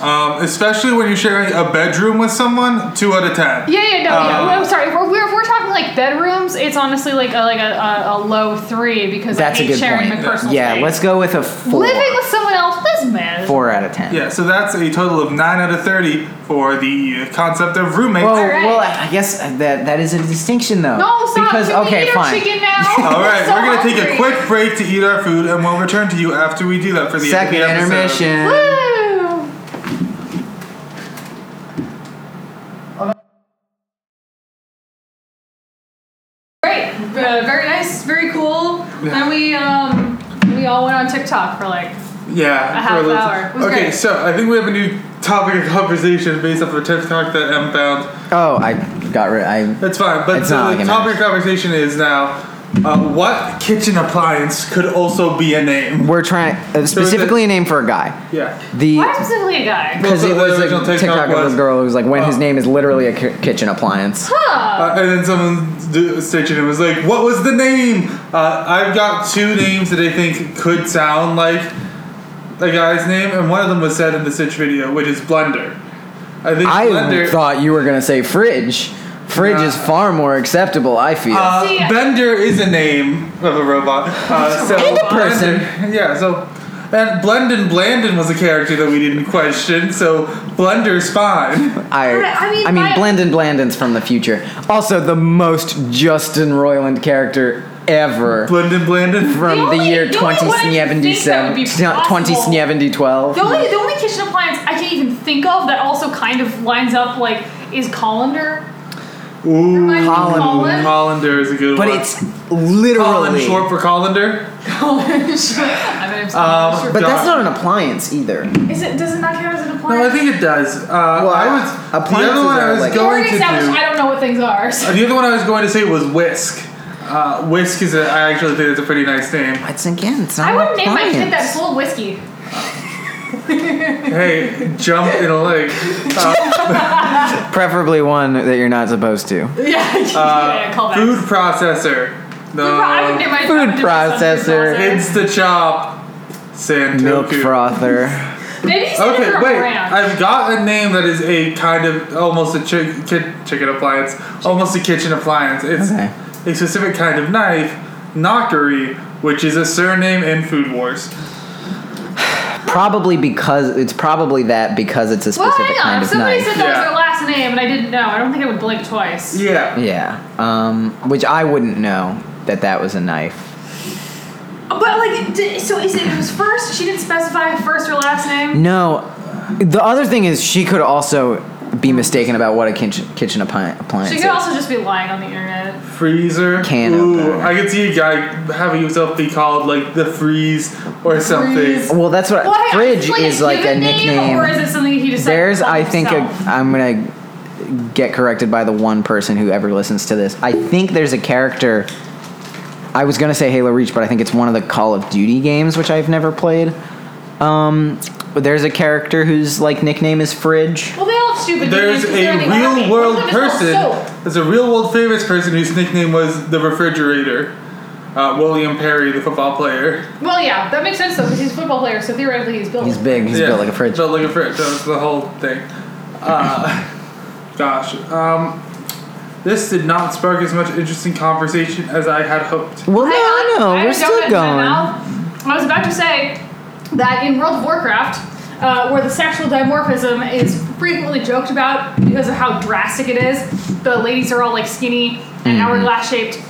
S1: Um, especially when you're sharing a bedroom with someone, two out of ten.
S3: yeah, yeah, no, yeah.
S1: Uh,
S2: Um,
S3: Well, I'm sorry. If we're, we're, if we're talking like bedrooms, it's honestly like a, like a, a, a low three because
S2: That's
S3: I
S2: a
S3: hate
S2: good
S3: sharing
S2: point.
S3: my personal
S2: yeah,
S3: space.
S2: let's go with a four.
S3: Living with someone else, that's mad.
S2: four out of ten.
S1: Yeah, so that's a total of nine out of thirty for the concept of roommates.
S2: Well,
S3: Alright.
S2: well, I guess that that is a distinction though.
S3: No, stop.
S2: Because
S3: Can we
S2: okay,
S3: eat our
S2: fine. (laughs)
S3: chicken now?
S1: All right,
S3: I'm (laughs) so
S1: we're gonna take a
S3: hungry.
S1: quick break to eat our food, and we'll return to you after we do that for the end of
S2: Second
S1: the episode.
S2: intermission.
S3: Woo! Great, uh, very nice, very cool.
S1: Yeah.
S3: And we um, we all went on TikTok for like
S1: Yeah,
S3: A
S1: for
S3: half
S1: little-
S3: hour. It was
S1: okay,
S3: great.
S1: so I think we have a new topic of conversation based off of TikTok that M found.
S2: Oh, I got rid. I
S1: That's fine, but
S2: It's
S1: so
S2: not
S1: the
S2: like it
S1: topic of conversation is now: uh, what kitchen appliance could also be a name?
S2: we're trying uh, specifically a name for a guy.
S1: Yeah.
S2: The
S3: why specifically a guy?
S2: because
S1: Also,
S2: it
S1: the
S2: was
S1: original
S2: a
S1: TikTok
S2: TikTok of
S1: was-
S2: a girl who was like, when his
S1: Oh.
S2: name is literally a ki- kitchen appliance.
S3: Huh?
S1: Uh, and then someone d- stitched in and was like, "What was the name?" Uh, I've got two names that I think could sound like a guy's name, and one of them was said in the stitch video, which is Blender. I think (laughs)
S2: I
S1: Blender.
S2: thought you were gonna say fridge. Fridge
S1: Nah.
S2: is far more acceptable. I feel.
S1: uh,
S3: See, I-
S1: Bender is a name of a robot. Uh, so
S2: And a person.
S1: Blender- (laughs) yeah. So. And Blendon Blandon was a character that we didn't question, so Blender's
S2: (laughs)
S1: fine.
S2: I,
S3: I- I mean,
S2: I mean,
S3: my-
S2: Blandon Blandon's from the future. Also, the most Justin Roiland character ever.
S1: Blendon Blandon.
S2: from
S3: The
S2: the,
S3: only-
S2: year
S3: the only one I can think that would
S2: 2077
S3: be
S2: 2012
S3: The only the only kitchen appliance I can even think of that also kind of lines up like is colander.
S1: Ooh,
S3: Reminds me of
S2: Colin-
S3: Colin.
S1: Colander is a good
S2: but
S1: one.
S2: it's
S1: Colin
S2: literally
S1: short for Colander.
S3: (laughs) I mean, I'm so
S1: Um,
S3: sure.
S2: but that's not an appliance either
S3: Is it? Does it not count as an appliance?
S1: No, I think it does. Uh,
S2: Well,
S1: I was the
S2: appliances
S1: other one I
S2: are
S1: was
S2: like-
S3: We
S1: going
S3: already
S1: to do.
S3: established I don't know what things are.
S1: uh,
S3: so-
S1: the other one I was going to say was whisk. Uh, whisk is a. I actually think it's a pretty nice
S3: (laughs)
S1: name.
S2: it's again it's not
S3: (laughs) I
S2: an
S3: wouldn't name my
S2: appliance
S3: kid that full of whiskey. (laughs)
S1: Uh, Hey, jump in a lake. Uh,
S2: preferably one that you're not supposed to
S3: Yeah, yeah, call back.
S1: food uh, processor.
S3: I would name
S1: No.
S3: my
S2: Food
S3: I would name my son food
S2: processor.
S1: Insta chop. Santoku.
S2: milk frother
S3: Maybe he's
S1: Okay,
S3: for a
S1: wait.
S3: brand.
S1: I've got a name that is a kind of almost a chick, kid, chicken appliance, almost a kitchen appliance. It's
S2: Okay.
S1: a specific kind of knife, knockery, which is a surname in Food Wars.
S2: Probably because it's probably that because it's a
S3: Well,
S2: specific
S3: hang on.
S2: kind
S3: If
S2: of
S3: somebody
S2: knife.
S3: said that was
S1: Yeah.
S3: their last name and I didn't know, I don't think I would blink twice.
S1: Yeah.
S2: yeah, um, which I wouldn't know that that was a knife.
S3: But like, d- so is it, it was first? She didn't specify first or last name.
S2: No, the other thing is she could also be mistaken about what a kitchen, kitchen appliance appliance
S3: She
S2: is.
S3: could also just be lying on the internet.
S2: Uh,
S1: Freezer.
S2: Can
S1: Ooh,
S2: opener.
S1: I could see a guy having himself be called like the Freeze or something.
S3: Freeze.
S2: well, that's what
S3: Why-
S2: fridge
S3: like
S2: is like a
S3: given name,
S2: nickname.
S3: or is it something he decided?
S2: There's,
S3: to call
S2: I think, a,
S3: himself?
S2: I'm gonna get corrected by the one person who ever listens to this. I think there's a character. I was gonna say Halo Reach, but I think it's one of the Call of Duty games, which I've never played. Um, but there's a character whose like nickname is Fridge.
S3: Well, they all have stupid.
S1: There's
S3: nicknames 'cause they're in
S1: a
S3: the army.
S1: real world
S3: One of them is
S1: person.
S3: called Soap.
S1: There's a real world famous person whose nickname was the refrigerator. Uh, William Perry, the football player.
S3: Well, yeah, that makes sense though, because he's a football player, so theoretically he's built.
S2: He's big. He's built like a fridge.
S1: Built like a fridge. That was the whole thing. Uh, (laughs) gosh. Um, this did not spark as much interesting conversation as I had hoped.
S2: Well,
S3: Hang
S2: no,
S3: on,
S2: no,
S3: I have
S2: we're
S3: a
S2: still
S3: donut in my
S2: going.
S3: mouth. I was about to say that in World of Warcraft, uh, where the sexual dimorphism is frequently joked about because of how drastic it is, the ladies are all like skinny and hourglass shaped,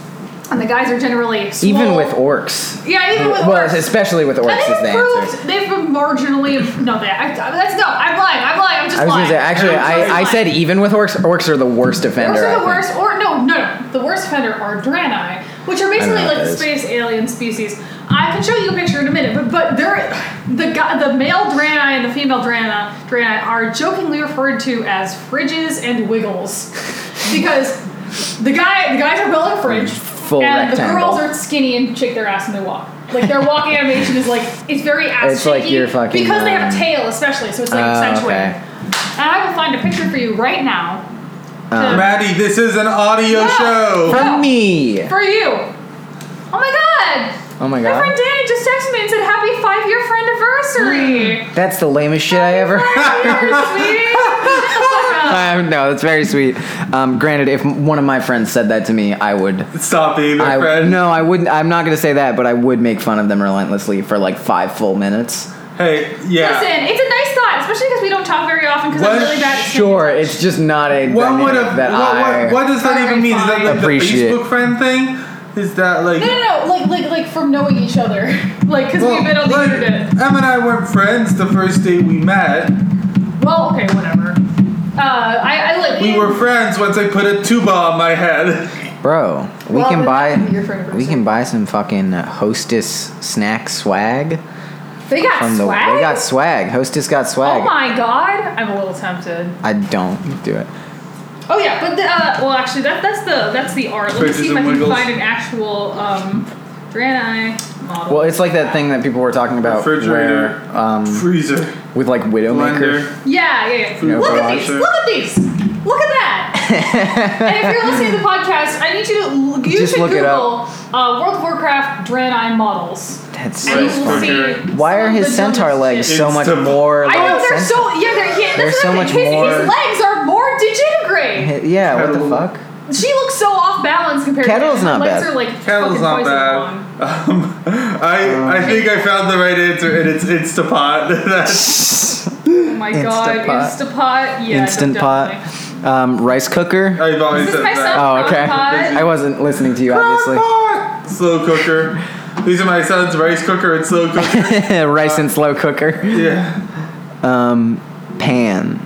S3: and the guys are generally swole.
S2: Mm-hmm. Even with orcs.
S3: yeah, even with
S2: Well,
S3: orcs.
S2: especially with orcs
S3: and
S2: is
S3: they've
S2: the
S3: improved.
S2: answer.
S3: They've been marginally no. They, I, that's no. I'm lying. I'm lying. I'm just
S2: I was
S3: lying.
S2: gonna say actually,
S3: I'm totally
S2: I, I
S3: lying.
S2: said even with orcs, orcs are the worst
S3: Orcs
S2: offender. I
S3: are the
S2: think.
S3: worst, or no, no, no, the worst offender are Draenei, which are
S2: I don't
S3: basically
S2: know what
S3: like
S2: that
S3: the
S2: is.
S3: space alien species. I can show you a picture in a minute, but but they're the guy, the male Draenei and the female Draenei, Draenei are jokingly referred to as fridges and wiggles, (laughs) because the guy the guys are building a fridge,
S2: Full
S3: and
S2: rectangle.
S3: the girls are skinny and shake their ass when they walk. Like their walking animation is like it's very ass
S2: It's like
S3: shaky
S2: you're fucking,
S3: because they have a
S2: um,
S3: tail especially, so it's like
S2: Oh,
S3: accentuated.
S2: okay.
S3: And I will find a picture for you right now. to-
S2: Um,
S1: Maddie, this is an audio
S3: Yeah.
S1: show.
S2: For
S3: Oh.
S2: me.
S3: For you. Oh my god!
S2: Oh my
S3: My friend
S2: god.
S3: Danny just texted me and said, Happy five year friendiversary!
S2: That's the lamest shit I ever. (laughs)
S3: five years, (laughs) sweetie! Shut the fuck up.
S2: Uh, no, that's very sweet. Um, granted, if m- one of my friends said that to me, I would.
S1: Stop being my
S2: I,
S1: friend.
S2: no, I wouldn't. I'm not going to say that, but I would make fun of them relentlessly for like five full minutes.
S1: Hey, yeah.
S3: Listen, it's a nice thought, especially because we don't talk very often because I'm
S1: What?
S3: really bad at
S2: Sure, it's just not a
S1: What would
S2: dynamic
S1: have?
S2: that I.
S1: What, what, what does that even mean? Is that like
S2: Appreciate.
S1: the Facebook friend thing? Is that like?
S3: No, no, no, like, like, like from knowing each other. (laughs) Like, because
S1: Well,
S3: we've been on the
S1: like,
S3: internet.
S1: Em and I weren't friends the first day we met.
S3: Well, okay, whatever. Uh, I, I like.
S1: We were friends once I put a tuba on my head.
S2: Bro, we
S3: Well,
S2: can
S3: then
S2: buy.
S3: that would be your friend
S2: We
S3: person.
S2: can buy some fucking uh, hostess snack swag
S3: They got
S2: from the.
S3: swag?
S2: They got swag. Hostess got swag.
S3: Oh my god, I'm a little tempted.
S2: I don't do it.
S3: Oh yeah, but the, uh, well, actually, that that's the that's the art. Let me see if I
S1: Criticism
S3: can
S1: wiggles.
S3: find an actual um, Draenei model.
S2: Well, it's like that thing that people were talking about.
S1: Refrigerator.
S2: Where, um,
S1: Freezer.
S2: with like Widowmaker.
S1: Blender.
S3: yeah, yeah, yeah.
S1: Yeah,
S3: look
S1: watch
S3: at these!
S1: it.
S3: Look at these! Look at that!
S2: (laughs)
S3: and if you're listening to the podcast, I need you to look, you
S2: Just
S3: should
S2: look it
S3: Google uh, World of Warcraft Draenei models,
S2: That's
S3: and you
S2: so
S1: Nice
S3: will
S2: funny.
S3: see.
S1: picture.
S2: Why are
S3: some of
S2: his
S3: the
S2: centaur
S3: dumbest
S2: legs
S3: shit.
S2: so much
S1: It's the-
S2: more?
S3: I know they're so yeah they're yeah,
S2: They're
S3: that's
S2: so
S3: the
S2: much
S3: thing. his,
S2: more-
S3: his legs are more digitigrade.
S2: Yeah, what the
S1: Kettle.
S2: fuck?
S3: She looks so off balance compared
S2: Kettle's
S3: to
S2: not
S3: him. Her legs
S2: bad.
S3: are like
S1: Kettle's
S3: fucking
S1: not
S3: twice as
S1: bad.
S3: long.
S1: Um, (laughs) I I think I found the right answer, and it's Instapot. (laughs) That's
S3: Oh my
S2: Instant
S3: god,
S2: pot.
S3: Instant Pot. Yeah,
S2: Instant
S3: definitely.
S2: pot, um, rice cooker.
S1: I've always
S3: Is this
S1: said
S3: my
S1: that.
S3: son?
S2: Oh, okay.
S3: Crock-pot.
S2: I wasn't listening to you, obviously. (laughs)
S1: Crock-pot. Slow cooker. These are my son's rice cooker and slow cooker. (laughs)
S2: rice and slow cooker.
S1: yeah.
S2: Um, pan,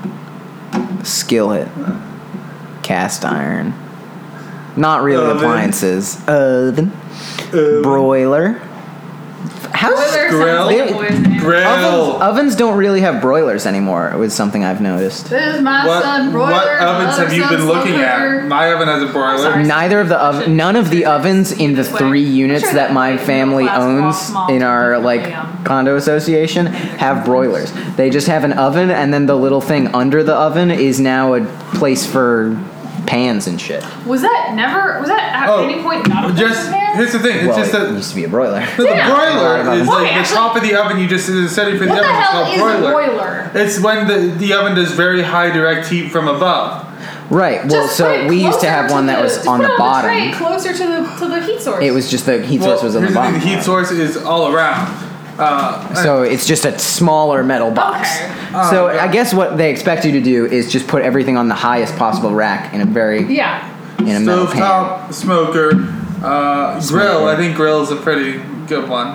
S2: skillet, cast iron. Not really
S1: Oven.
S2: appliances. Oven,
S1: Um,
S2: broiler. How's
S3: Boiler
S1: Grill.
S3: sounds like a boy's name.
S1: grill.
S2: ovens, ovens don't really have broilers anymore. It was something I've noticed.
S3: This is my
S1: What,
S3: son, broiler.
S1: what ovens
S3: another
S1: have you been
S3: son's
S1: looking at?
S3: smoker.
S1: My oven has a broiler.
S3: sorry.
S2: Neither of the ov- none of the ovens in the three units that my family owns in our like condo association have broilers. They just have an oven, and then the little thing under the oven is now a place for pans and shit.
S3: Was that never? Was that at
S1: Oh,
S3: any point not a
S1: Just
S3: man?
S1: here's the thing. It's
S2: well,
S1: just
S2: it
S1: that
S2: used to be a
S1: (laughs)
S2: broiler.
S1: No,
S3: Yeah.
S1: the broiler is
S2: Okay,
S1: like the
S3: actually-
S1: top of the oven. You just set it for the
S3: What
S1: oven.
S3: the
S1: it's
S3: hell
S1: called
S3: is a
S1: broiler.
S3: boiler?
S1: It's when the, the oven does very high direct heat from above.
S2: Right. Well,
S3: Just put
S2: so
S3: it
S2: we used to
S3: closer
S2: have one that was
S3: just
S2: on
S3: put
S2: the
S3: it
S2: bottom.
S3: tray, closer to the to the heat source.
S2: It was just the heat
S1: Well,
S2: source was on the
S1: here's
S2: bottom.
S1: thing, heat source is all around. Uh,
S2: So it's just a smaller metal box.
S3: Okay.
S2: So
S1: Oh,
S2: I guess what they expect you to do is just put everything on the highest possible rack in a very
S3: yeah.
S2: in a metal pan.
S1: stovetop, smoker, uh, grill. I think grill is a pretty good one.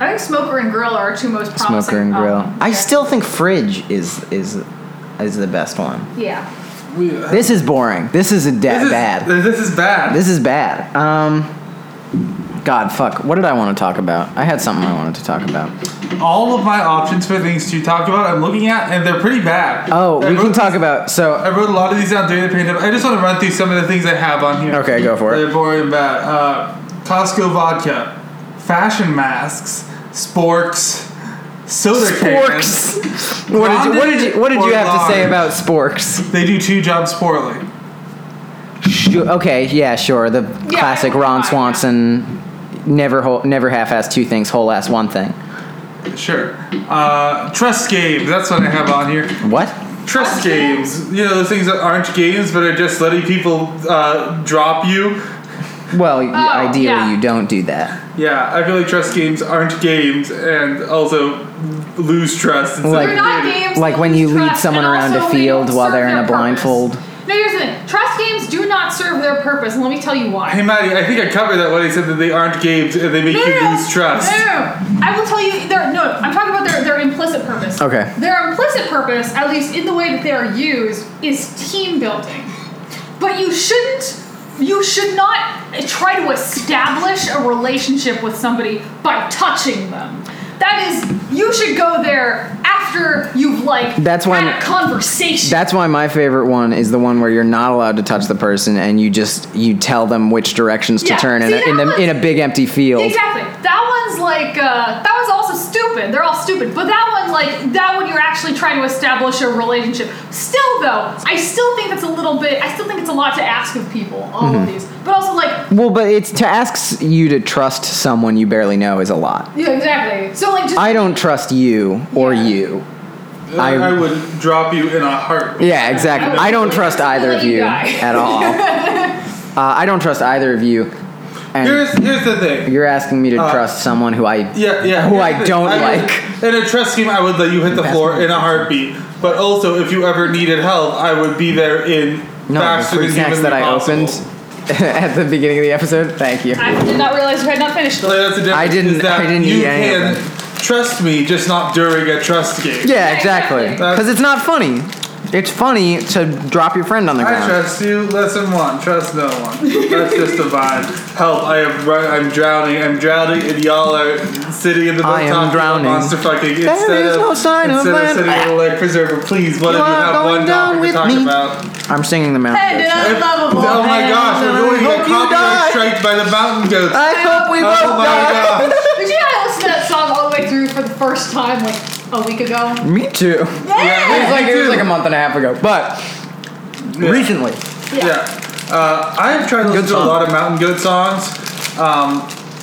S3: I think smoker and grill are our two most promising.
S2: Smoker and grill.
S3: um,
S2: I
S3: yeah.
S2: still think fridge is is is the best one.
S3: yeah.
S1: We,
S2: This is boring. This is a da-
S1: this is-
S2: bad.
S1: This is bad.
S2: This is bad. Um God fuck. What did I want to talk about? I had something I wanted to talk about.
S1: all of my options for things to talk about, I'm looking at, and they're pretty bad.
S2: Oh,
S1: I
S2: we
S1: wrote
S2: can talk
S1: these-
S2: about so
S1: I wrote a lot of these down during the pandemic. I just want to run through some of the things I have on here.
S2: Okay, go for it.
S1: They're boring and bad. Uh, Costco vodka, fashion masks, sporks, soda cans.
S2: sporks. What did you what did you what did you have to say about sporks?
S1: They do two jobs poorly.
S2: Sh- Okay, yeah, sure. The
S3: Yeah,
S2: classic
S3: I don't
S2: Ron
S3: mind.
S2: Swanson, never whole, never half-ass two things, whole-ass one thing.
S1: Sure. Uh, trust games. That's what I have on here.
S2: What?
S1: Trust games. You know those things that aren't games, but are just letting people uh, drop you.
S2: Well, y
S3: Oh,
S2: ideally
S3: yeah.
S2: you don't do that.
S1: Yeah, I feel like trust games aren't games, and also lose trust. Instead
S2: Like-
S3: they're
S1: of
S3: not
S1: dating.
S3: games.
S2: Like
S3: that
S2: when
S3: use
S2: you lead
S3: trust,
S2: someone
S3: and
S2: around
S3: also
S2: a
S3: they
S2: field
S3: don't
S2: while
S3: serve
S2: they're in
S3: their
S2: a blindfold.
S3: purpose. No, here's the thing. Trust games do not serve their purpose. and Let me tell you why.
S1: Hey, Maddie, I think I covered that when I said that they aren't games and they make
S3: No,
S1: you
S3: no, no.
S1: lose trust.
S3: No, no, no. I will tell you. Their, no, I'm talking about their, their implicit purpose.
S2: Okay.
S3: Their implicit purpose, at least in the way that they are used, is team building. But you shouldn't. You should not try to establish a relationship with somebody by touching them. That is, you should go there after you've like
S2: That's why
S3: had
S2: I'm-
S3: a conversation.
S2: That's why my favorite one is the one where you're not allowed to touch the person and you just you tell them which directions
S3: Yeah,
S2: to turn
S3: see,
S2: in, a, in,
S3: that
S2: the,
S3: was-
S2: in a big empty field.
S3: Exactly. That one's like uh, that one's also stupid. They're all stupid. But that one, like that one, you're actually trying to establish a relationship. Still, though, I still think that's a little bit. I still think it's a lot to ask of people. All
S2: Mm-hmm.
S3: of these, but also like
S2: Well, but it's to ask s- you to trust someone you barely know is a lot.
S3: yeah, exactly. So like just
S2: I don't trust you or
S3: Yeah.
S2: you.
S1: I,
S2: I-
S1: would drop you in a heartbeat.
S2: Yeah, exactly. I don't trust either of
S3: Let you
S2: you
S3: die.
S2: at all. Uh, I don't trust either of you. And
S1: Here's here's the thing.
S2: you're asking me to
S1: Uh,
S2: trust someone who I
S1: Yeah, yeah. here's
S2: who I
S1: the thing.
S2: don't
S1: would-
S2: like.
S1: in a trust game, I would let you hit the
S2: Best
S1: floor
S2: one.
S1: in a heartbeat. But also, if you ever needed help, I would be there in
S2: No, the
S1: faster
S2: free
S1: than
S2: snacks
S1: humanly
S2: that I
S1: possible.
S2: opened (laughs) at the beginning of the episode. Thank you.
S3: I did not realize you had not finished.
S1: Like,
S3: it.
S1: that's the difference.
S2: I didn't-
S1: is that
S2: I didn't
S1: You
S2: eat any of
S1: can trust me, just not during a trust game.
S2: Yeah, exactly.
S3: exactly.
S2: Because it's not funny. It's funny to drop your friend on the
S1: I
S2: ground.
S1: trust you. Lesson one: trust no one. That's just a vibe. Help! I am run, I'm drowning. I'm drowning, and y'all are sitting in the boat
S2: I am
S1: talking about
S2: drowning.
S1: monster fucking. Instead
S2: is
S1: of,
S2: no sign of
S1: instead of
S2: land.
S1: sitting with a leg preserver, please. One
S2: You
S1: of you
S2: are
S1: have
S2: going
S1: one
S2: down
S1: topic to
S2: with
S1: talk
S2: me.
S1: about.
S2: I'm singing the mountain.
S3: And
S2: Goats.
S3: unlovable.
S1: Oh my
S3: and
S1: gosh! We're going to
S2: hope
S1: get
S2: you die. Uh,
S1: copyright strike by the mountain goats.
S2: I hope we
S1: oh
S2: both
S1: my
S2: die.
S1: gosh!
S3: (laughs) Did you know I listened to that song all the way through for the first time like a week ago?
S2: (laughs) Me too.
S1: Yeah,
S2: It was, like, it was
S1: too.
S2: like a month and a half ago, but
S1: Yeah.
S2: recently.
S1: Yeah. Uh, I have tried to listen
S2: Good
S1: to a
S2: song.
S1: lot of Mountain Goat songs. Um,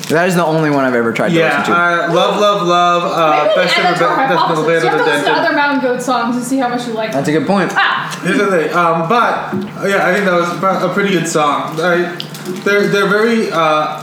S2: That is the only one I've ever tried to
S1: yeah,
S2: listen to.
S1: uh, love, love, love. Uh,
S3: Maybe we
S1: best
S3: can
S1: ever,
S3: add that
S1: best
S3: to our
S1: metal band
S3: hypothesis. You
S1: of
S3: have
S1: the
S3: to listen to
S1: decade.
S3: other Mountain Goat songs and see how much you like them.
S2: That's a good point.
S3: Ah,
S1: Here's the thing, um, but yeah, I think that was pro- a pretty good song. I, they're they're very uh,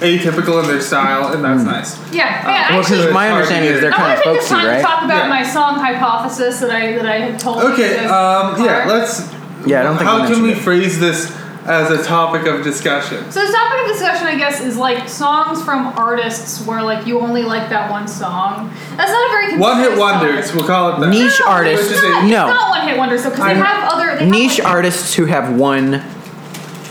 S1: atypical in their style, and
S2: Hmm.
S1: that's nice.
S3: yeah, yeah.
S2: Well,
S3: actually,
S2: because my
S1: Hard to
S2: understanding
S1: get
S2: is
S1: it.
S2: they're
S3: I
S2: kind
S3: want
S2: of
S3: to take this
S2: folksy,
S3: time to
S2: right?
S3: talk about
S1: Yeah.
S3: my song hypothesis that I that I had told. you
S1: Okay,
S3: to
S1: um, yeah,
S3: cover.
S1: let's.
S2: Yeah, I don't think we
S1: How can
S2: mentioned
S1: we
S2: it.
S1: phrase this as a topic of discussion?
S3: So the topic of discussion, I guess, is like songs from artists where like you only like that one song. That's not a very consistent
S1: One hit
S3: song.
S1: wonders, we'll call it that.
S2: Niche
S3: No,
S2: artists.
S3: It's not,
S2: No.
S3: it's not one hit wonders because they
S1: I'm-
S3: have other they
S2: Niche
S3: have, like,
S2: artists who have one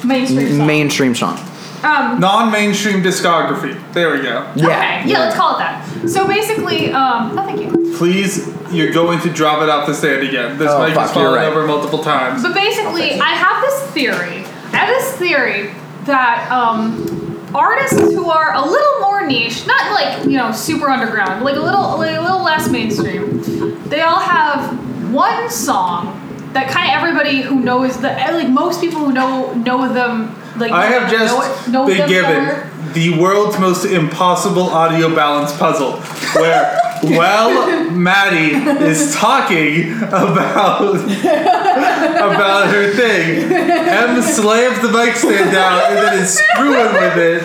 S3: mainstream. songs.
S2: mainstream song.
S3: Um,
S1: Non-mainstream discography. There we go.
S2: Yeah.
S3: Okay. Yeah, let's call it that. So basically, um, oh, thank you.
S1: Please, you're going to drop it off the sand again. This
S2: Oh,
S1: mic
S2: fuck,
S1: has
S2: you're
S1: fallen
S2: right.
S1: over multiple times.
S3: But basically, I have this theory. I have this theory that um, artists who are a little more niche, not like you know super underground, but like a little like a little less mainstream, they all have one song that kind of everybody who knows the eh, like most people who know know them like
S1: I have
S3: know
S1: just
S3: it- know
S1: been
S3: them
S1: given
S3: somewhere.
S1: the world's most impossible audio balance puzzle,
S3: (laughs)
S1: where well,
S3: (laughs)
S1: Maddie is talking about about her thing, thing. M slams the mic stand down and then is screwing with it.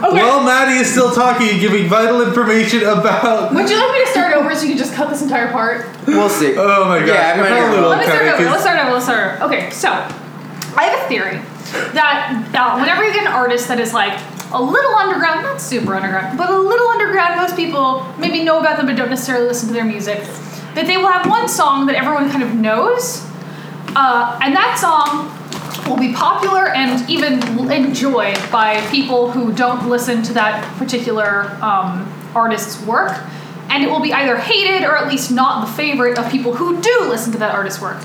S1: While Maddie is still talking and giving vital information about.
S3: Would you like me to start over so you can just cut this entire part?
S2: We'll see.
S1: Oh my god.
S2: Yeah, I might
S1: I'm
S2: have-
S1: a little
S3: Let me start
S1: kinda
S3: over.
S1: confused.
S3: Let's start over. Let's start over. Okay, so I have a theory that uh, whenever you get an artist that is like a little underground, not super underground, but a little underground, most people maybe know about them but don't necessarily listen to their music, that they will have one song that everyone kind of knows, uh, and that song will be popular and even l- enjoyed by people who don't listen to that particular um, artist's work. And it will be either hated or at least not the favorite of people who do listen to that artist's work.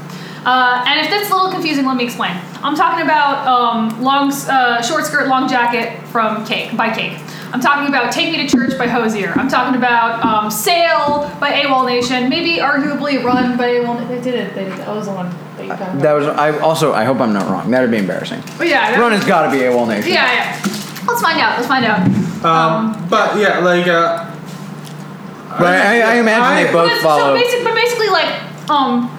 S3: Uh, and if that's a little confusing, let me explain. I'm talking about um, long, S- uh, short skirt, long jacket from Cake by Cake. I'm talking about Take Me to Church by Hosier. I'm talking about um, Sail by AWOL Nation. Maybe arguably Run by AWOL. They did it. They did it. That was the one that you found.
S2: That was. I also. I hope I'm not wrong. That'd be embarrassing.
S3: But yeah, that-
S2: Run has got to be a wall nation.
S3: Yeah, yeah. Let's find out. Let's find out.
S1: Um, but yeah, like, uh,
S2: But I, I imagine they
S1: I-
S2: both
S3: But-
S2: follow.
S3: So basically, but basically, like, um,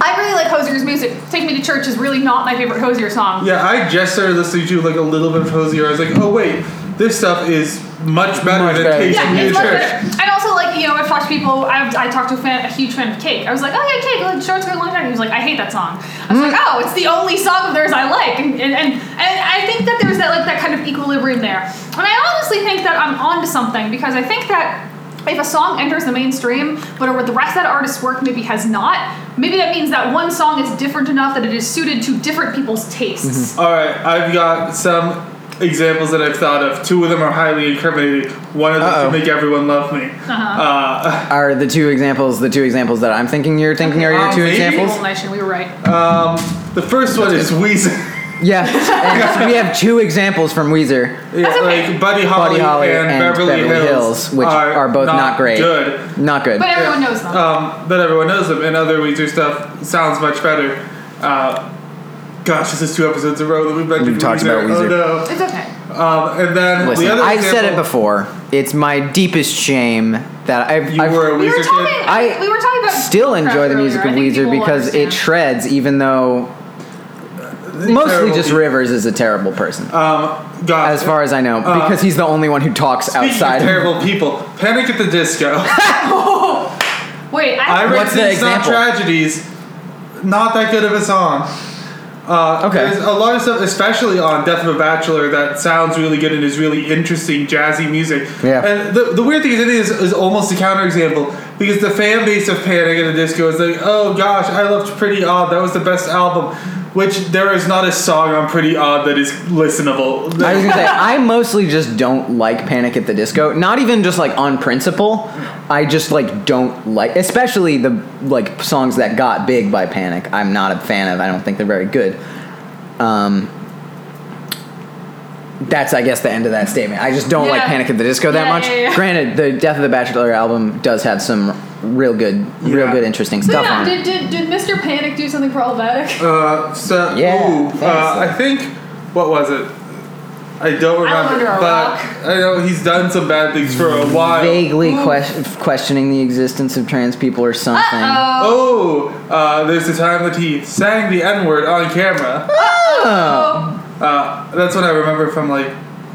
S3: I really like Hosier's music. Take Me to Church is really not my favorite Hosier song.
S1: Yeah, I just started listening to like a little bit of Hosier. I was like, oh wait, this stuff is much better
S2: Much
S1: than
S2: better.
S1: Taste
S3: Yeah,
S1: of New
S3: it's much better.
S1: Church.
S3: And also, like, you know, I've talked to people, I've, I talked to a, fan, a huge fan of Cake. I was like, oh, yeah, Cake, like, short skirt, long jacket. He was like, I hate that song. I was
S1: Mm.
S3: like, oh, it's the only song of theirs I like. And, and, and, and I think that there's that, like, that kind of equilibrium there. And I honestly think that I'm onto something because I think that if a song enters the mainstream, but over the rest of that artist's work maybe has not, maybe that means that one song is different enough that it is suited to different people's tastes.
S1: All right, I've got some examples that I've thought of. Two of them are highly incriminating. One of them
S2: Uh-oh.
S1: to make everyone love me. Uh-huh.
S2: are the two examples the two examples that I'm thinking you're thinking are
S3: Oh,
S2: your
S1: Um,
S2: two
S1: maybe.
S2: examples?
S3: AWOL Nation, we were right.
S1: the first one is
S3: (laughs)
S1: Weezer.
S2: Yeah. And we have two examples from Weezer.
S1: Yeah,
S3: okay.
S1: like Buddy Holly,
S2: Buddy Holly
S1: and, Beverly, Hills,
S2: which are, both not, great.
S1: Good,
S2: Not good.
S3: but everyone knows them.
S1: um, but everyone knows them, and other Weezer stuff sounds much better. Uh, gosh, this is two episodes in a row that we've mentioned
S2: We've talked about Weezer.
S1: Oh no!
S3: it's okay.
S1: Um, and then
S2: Listen,
S1: the other
S2: I've said it
S1: example-
S2: before. It's my deepest shame that I've,
S1: You
S2: I've
S1: were a
S3: We were
S1: Weezer
S3: talking.
S1: kid.
S2: I
S3: we were talking about
S2: still enjoy the music of Weezer because it shreds, even though mostly
S1: Terrible
S2: just
S1: people.
S2: Rivers is a terrible person,
S1: Um, God,
S2: as far as I know,
S1: uh,
S2: because he's the only one who talks
S1: Speaking
S2: outside.
S1: Of terrible people. Panic at the
S2: (laughs)
S1: Disco.
S3: Wait, I,
S1: I read
S2: What's the
S1: Things Not
S2: example?
S1: Tragedies. Not that good of a song. Uh,
S2: Okay.
S1: There's a lot of stuff, especially on Death of a Bachelor, that sounds really good and is really interesting jazzy music.
S2: Yeah.
S1: And the, the weird thing is, it is, is almost a counterexample because the fan base of Panic at the Disco is like, oh gosh, I loved Pretty Odd. That was the best album. Which there is not a song on Pretty Odd that is listenable.
S2: I was gonna say I mostly just don't like Panic at the Disco. Not even just like on principle. I just like don't like, especially the like songs that got big by Panic. I'm not a fan of. I don't think they're very good. Um, that's I guess the end of that statement. I just don't like
S3: Yeah.
S2: Panic at the Disco that
S3: Yeah,
S2: much.
S3: yeah, yeah.
S2: Granted, the Death of the Bachelor album does have some real good, real
S1: Yeah.
S2: good, interesting
S3: so
S2: stuff
S3: yeah,
S2: on it.
S3: did, did, did Mr. Panic do something problematic?
S1: Uh, so
S2: Yeah,
S1: ooh,
S2: thanks.
S1: uh, I think what was it? I don't remember,
S3: under a
S1: but
S3: rock.
S1: I know he's done some bad things for a while.
S2: Vaguely
S3: Ooh.
S2: ques- questioning the existence of trans people or something.
S3: Uh
S1: Oh, uh, there's the time that he sang the N word on camera.
S2: Oh.
S3: oh.
S1: Uh, that's what I remember from like,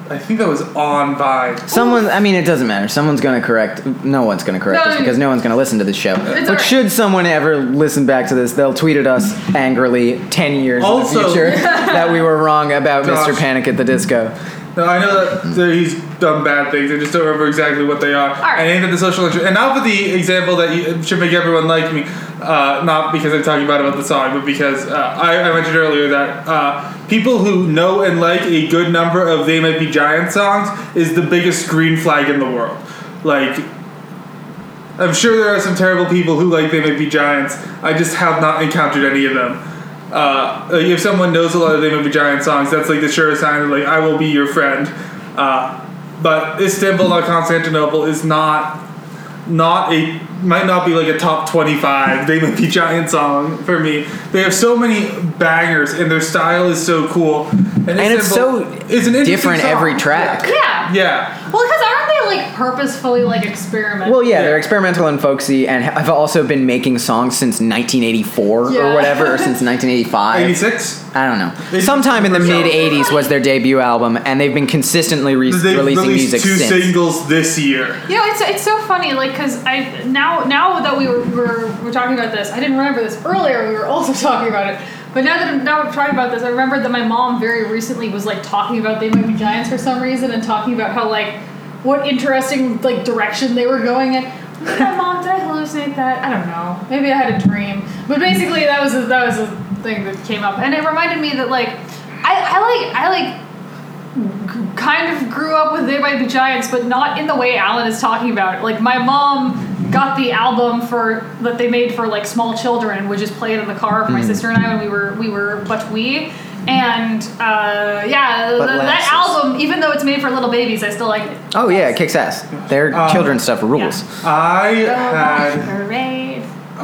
S1: I think that was on Vine.
S2: Someone, I mean, it doesn't matter. Someone's going to correct. No one's going to correct
S3: No,
S2: us
S3: no,
S2: because no one's going to listen to this show.
S3: It's
S2: But
S3: alright.
S2: should someone ever listen back to this, they'll tweet at us angrily ten years
S1: Also-
S2: in the
S1: (laughs)
S2: future that we were wrong about Mr.
S1: Gosh.
S2: Panic at the Disco.
S1: No, I know that there- he's done bad things. I just don't remember exactly what they are.
S3: right.
S1: And aimed at the social intro. And now for the example that you, should make everyone like me, uh, not because I'm talking bad about the song, but because uh, I, I mentioned earlier that uh, people who know and like a good number of "They Might Be Giant" songs is the biggest green flag in the world. Like, I'm sure there are some terrible people who like "They Might Be Giants." I just have not encountered any of them. Uh, like if someone knows a lot of They Might Be Giant songs, that's like the surest sign that like I will be your friend. Uh, but Istanbul, not Constantinople, is not not a might not be like a top 25 they might be giant song for me they have so many bangers and their style is so cool and,
S2: And it's
S1: Istanbul
S2: so
S1: is an interesting
S2: Different
S1: song.
S2: every track.
S3: (laughs) Yeah.
S1: yeah
S3: Well, because aren't they are like purposefully like experimenting.
S2: Well, yeah, they're experimental and folksy, and I've also been making songs since 1984 or
S3: Yeah.
S2: whatever, or
S3: (laughs)
S2: since 1985.
S1: 86?
S2: I don't know.
S1: They-
S2: Sometime in the
S1: for sure.
S2: mid 80s was their debut album, and they've been consistently re-
S1: They've
S2: releasing
S1: released
S2: music
S1: two
S2: since.
S1: singles this year.
S3: You know, it's, it's so funny, like, because I now now that we were, were were talking about this, I didn't remember this earlier. We were also (laughs) talking about it, but now that I'm, now we're talking about this, I remembered that my mom very recently was like talking about they might be giants for some reason and talking about how like what interesting like direction they were going in. I'm like, My mom, did I hallucinate that? I don't know. Maybe I had a dream, but basically that was a, that was a thing that came up, and it reminded me that like I, I like I like kind of grew up with They Might Be Giants, but not in the way Alan is talking about. it. Like my mom got the album for that they made for like small children, would just play it in the car for
S2: Hmm.
S3: my sister and I when we were we were but we. And uh, yeah, th- that
S2: lasses.
S3: album, even though it's made for little babies, I still like it.
S2: Oh, yeah, it kicks ass. Their
S1: Uh,
S2: children's stuff rules.
S1: I
S3: Robot
S1: had.
S3: parade,
S1: Uh,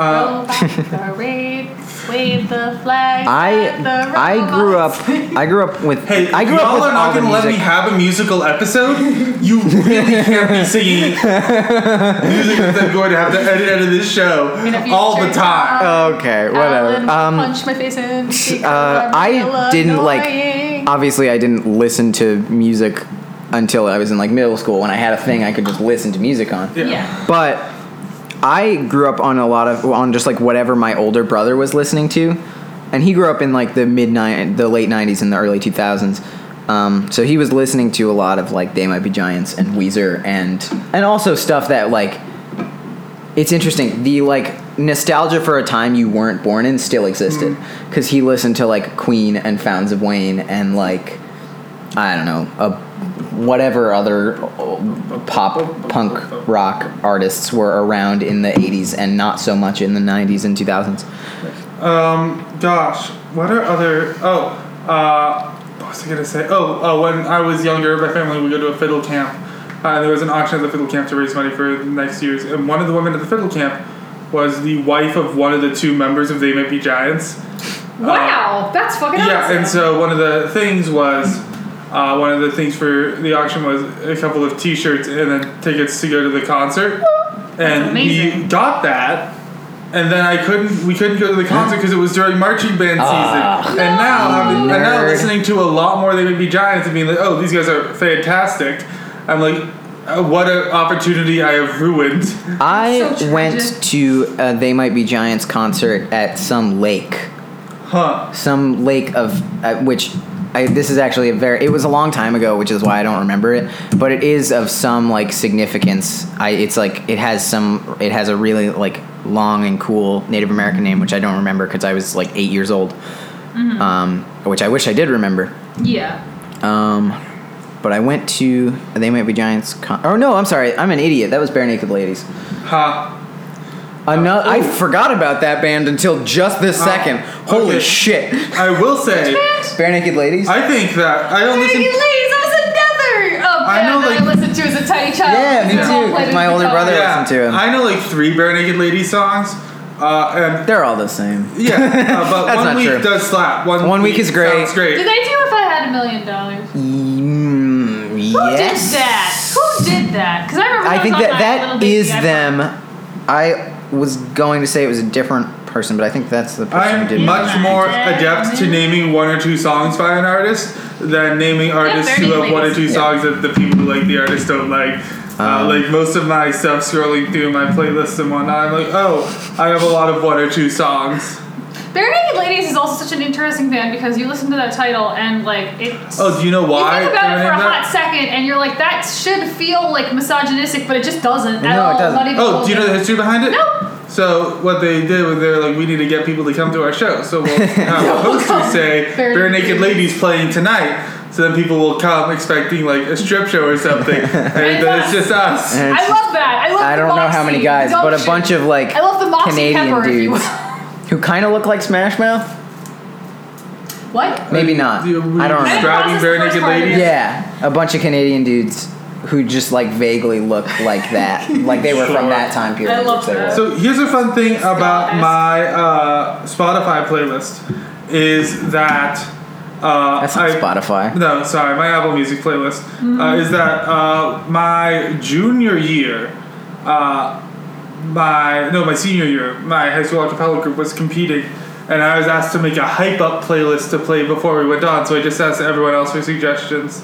S3: robot parade, wave the flag.
S2: (laughs)
S3: (laughs)
S2: I
S3: at the
S2: I grew up
S3: robots.
S2: I grew up with
S1: Hey,
S2: I grew
S1: y'all
S2: up with
S1: are not
S2: all the
S1: gonna let me
S2: music.
S1: have a musical episode.
S2: (laughs)
S1: You really can't be singing music that I'm going to have to edit out of this show
S3: In a
S1: all the
S3: future
S1: time.
S2: (laughs) Okay, whatever.
S3: Alan
S2: um,
S3: punched my face in. because
S2: uh,
S3: I'm
S2: I didn't
S3: Illinois.
S2: like. Obviously, I didn't listen to music until I was in like middle school when I had a thing I could just listen to music on.
S1: Yeah.
S3: Yeah.
S2: But I grew up on a lot of on just like whatever my older brother was listening to, and he grew up in like the mid nine, the late '90s and the early 2000s. Um, so he was listening to a lot of like They Might Be Giants and Weezer and and also stuff that like it's interesting the like nostalgia for a time you weren't born in still existed because he listened to like Queen and Fountains of Wayne and like I don't know, a, whatever other uh, pop punk rock artists were around in the 80s and not so much in the 90s and 2000s.
S1: Um, gosh, what are other? Oh, uh, what was I gonna say? Oh, uh, when I was younger, my family would go to a fiddle camp, uh, and there was an auction at the fiddle camp to raise money for the next year's. And one of the women at the fiddle camp was the wife of one of the two members of They Might Be Giants.
S3: Wow, that's fucking
S1: Uh, Yeah,
S3: awesome.
S1: and so one of the things was, uh, one of the things for the auction was a couple of T-shirts and then tickets to go to the concert, and we
S3: amazing.
S1: got that. And then I couldn't. We couldn't go to the concert because it was during marching band season.
S2: Ah.
S1: and now, having, and now
S2: Nerd.
S1: listening to a lot more, they would be giants and being like, "Oh, these guys are fantastic." I'm like, uh, "What an opportunity I have ruined." (laughs)
S2: I
S3: so
S2: went
S3: tragic.
S2: to a They Might Be Giants concert at some lake.
S1: Huh?
S2: some lake of uh, which I, this is actually a very it was a long time ago which is why i don't remember it but it is of some like significance i it's like it has some it has a really like long and cool native american name which i don't remember because i was like eight years old
S1: Mm-hmm.
S2: um, which i wish i did remember
S3: yeah.
S2: um, but i went to they might be giants con- oh no i'm sorry i'm an idiot that was bare naked ladies
S1: Huh?
S2: Ano- i forgot about that band until just this
S1: Oh,
S2: second holy
S1: okay.
S2: shit
S1: I will say,
S2: bare naked ladies
S1: I think that I don't
S3: Ladies,
S1: listen.
S3: that was another oh,
S1: I
S3: band
S1: know,
S3: that
S1: like-
S3: I listened to as a tiny child.
S2: Yeah, me
S3: It was all
S2: too,
S3: played
S2: with my
S3: with
S2: older
S3: guitar.
S2: brother.
S1: yeah,
S2: listen to him.
S1: I know like three Bare Naked Lady songs, uh, and
S2: They're all the same. (laughs)
S1: yeah, uh, but
S2: That's
S1: one
S2: not
S1: week
S2: true.
S1: does slap. One,
S2: One week is great.
S1: Sounds great.
S3: Did they do If I Had a Million Dollars?
S2: Mm,
S3: Who
S2: yes.
S3: did that? Who did that? Because I remember
S2: I
S3: was
S2: think
S3: on
S2: that
S3: my
S2: that
S3: little baby
S2: is
S3: iPod.
S2: them. I was going to say it was a different person, but I think that's the person who did
S1: I'm
S2: it.
S1: much more
S3: Yeah.
S1: adept to naming one or two songs by an artist than naming artists who
S3: Bare Naked
S1: have one or two
S3: Ladies.
S1: songs that the people who like the artist don't like. Uh,
S2: Um,
S1: like most of my stuff scrolling through my playlists and whatnot, I'm like, oh, I have a lot of one or two songs.
S3: Bare Naked Ladies is also such an interesting band because you listen to that title and like it.
S1: Oh, do you know why?
S3: You think about
S1: they
S3: it for
S1: were
S3: a
S1: named that?
S3: hot second, and you're like, that should feel like misogynistic, but it just doesn't at
S2: No, it
S3: all.
S2: doesn't.
S3: Not even a
S1: Oh,
S3: little
S1: do you know the
S3: bit.
S1: history behind it?
S3: No.
S1: So what they did was they were like, we need to get people to come to our show. So
S3: (laughs)
S1: we'll have a poster say
S3: Bare
S1: bare
S3: Naked
S1: naked ladies playing tonight. So then people will come expecting like a strip show or something,
S3: (laughs)
S1: and then it's just us.
S2: And
S3: I
S2: it's-
S3: love that. I love.
S2: I
S3: the
S2: don't know how many
S3: Moxie,
S2: guys,
S3: the
S2: but a
S3: gumption.
S2: bunch of like
S3: I love the Moxie
S2: Canadian
S3: pepper, if you
S2: dudes who kind of look like Smash Mouth.
S3: will. What?
S2: Maybe
S1: Uh,
S2: not. I
S1: The-
S2: don't
S1: we-
S3: I
S2: remember.
S3: don't-
S1: Driving
S3: That's
S1: bare
S3: the first
S1: naked
S3: part of
S1: ladies.
S3: it.
S2: Yeah, a bunch of Canadian dudes who just like vaguely look
S1: (laughs)
S2: like that, like they were from
S1: Sure.
S2: that time period.
S3: I love
S2: which they
S3: that.
S2: were.
S1: So here's a fun thing about my uh, Spotify playlist is that Uh,
S2: That's on
S1: I-
S2: Spotify.
S1: No, sorry, my Apple Music playlist uh, is that uh, my junior year, uh, my no, my senior year, my high school acapella group was competing, and I was asked to make a hype up playlist to play before we went on. So I just asked everyone else for suggestions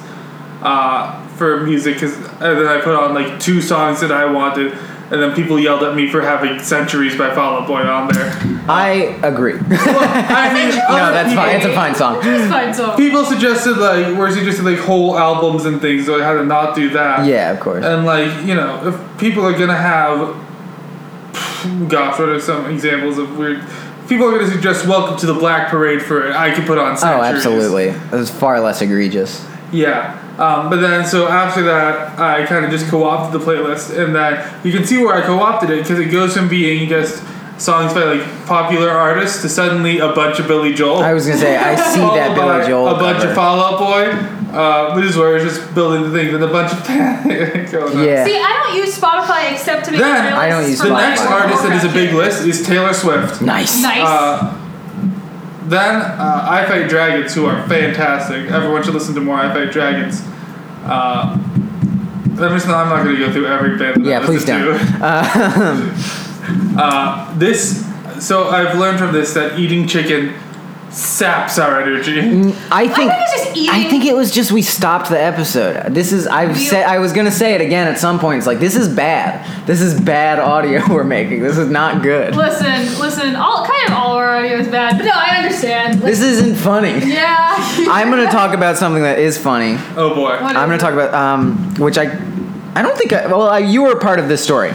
S1: uh, for music, 'cause- and then I put on like two songs that I wanted, and then people yelled at me for having "Centuries" by Fall Out Boy on
S2: (laughs)
S1: there.
S2: I agree. no,
S1: Well, I
S2: (laughs)
S1: mean, other
S2: that's
S1: people-
S2: fine. It's a fine song.
S3: It's fine, so.
S1: People suggested like were suggested like whole albums and things, so I had to not do that.
S2: Yeah, of course.
S1: And like, you know, if people are gonna have gosh, what are some examples of weird people are gonna suggest Welcome to the Black Parade for it. I could put on
S2: Oh,
S1: centuries.
S2: absolutely. It was far less egregious.
S1: Yeah. Um, but then, so after that, I kind of just co opted the playlist, and that you can see where I co opted it because it goes from being just songs by like popular artists to suddenly a bunch of Billy Joel.
S2: I was gonna say
S1: (laughs)
S2: I see
S1: followed
S2: that
S1: by
S2: Billy Joel
S1: Oh, A bunch
S2: cover.
S1: of Fall Out Boy. Uh, this is where I was just building the thing, then a bunch of (laughs) going on.
S2: (laughs) Yeah.
S3: See, I don't use Spotify except to make
S1: Then-
S3: playlists
S2: I don't use
S3: for
S1: The
S3: my
S1: next
S2: Spotify.
S3: World of
S1: artist that is a big
S3: Warcraft.
S1: list is Taylor Swift.
S2: Nice.
S3: Nice.
S1: Uh, then uh, I Fight Dragons, who are fantastic. Everyone should listen to more I Fight Dragons. Uh, I'm, just not, I'm not going to go through every band. That I
S2: Yeah, please
S1: listen
S2: don't.
S1: To. (laughs) Uh, this, so I've learned from this that eating chicken saps our energy.
S2: I think.
S3: I think it's just eating.
S2: I think it was just we stopped the episode. This is I've
S3: You-
S2: said I was gonna say it again at some point. It's like this is bad. This is bad audio (laughs) we're making. This is not good.
S3: Listen, listen. All kind of all our audio is bad, but no, I understand.
S2: This isn't (laughs) funny.
S3: yeah. (laughs)
S2: I'm gonna talk about something that is funny.
S1: Oh boy.
S3: What
S2: I'm gonna
S3: is it?
S2: talk about um, which I, I don't think. I, well, I, you were a part of this story.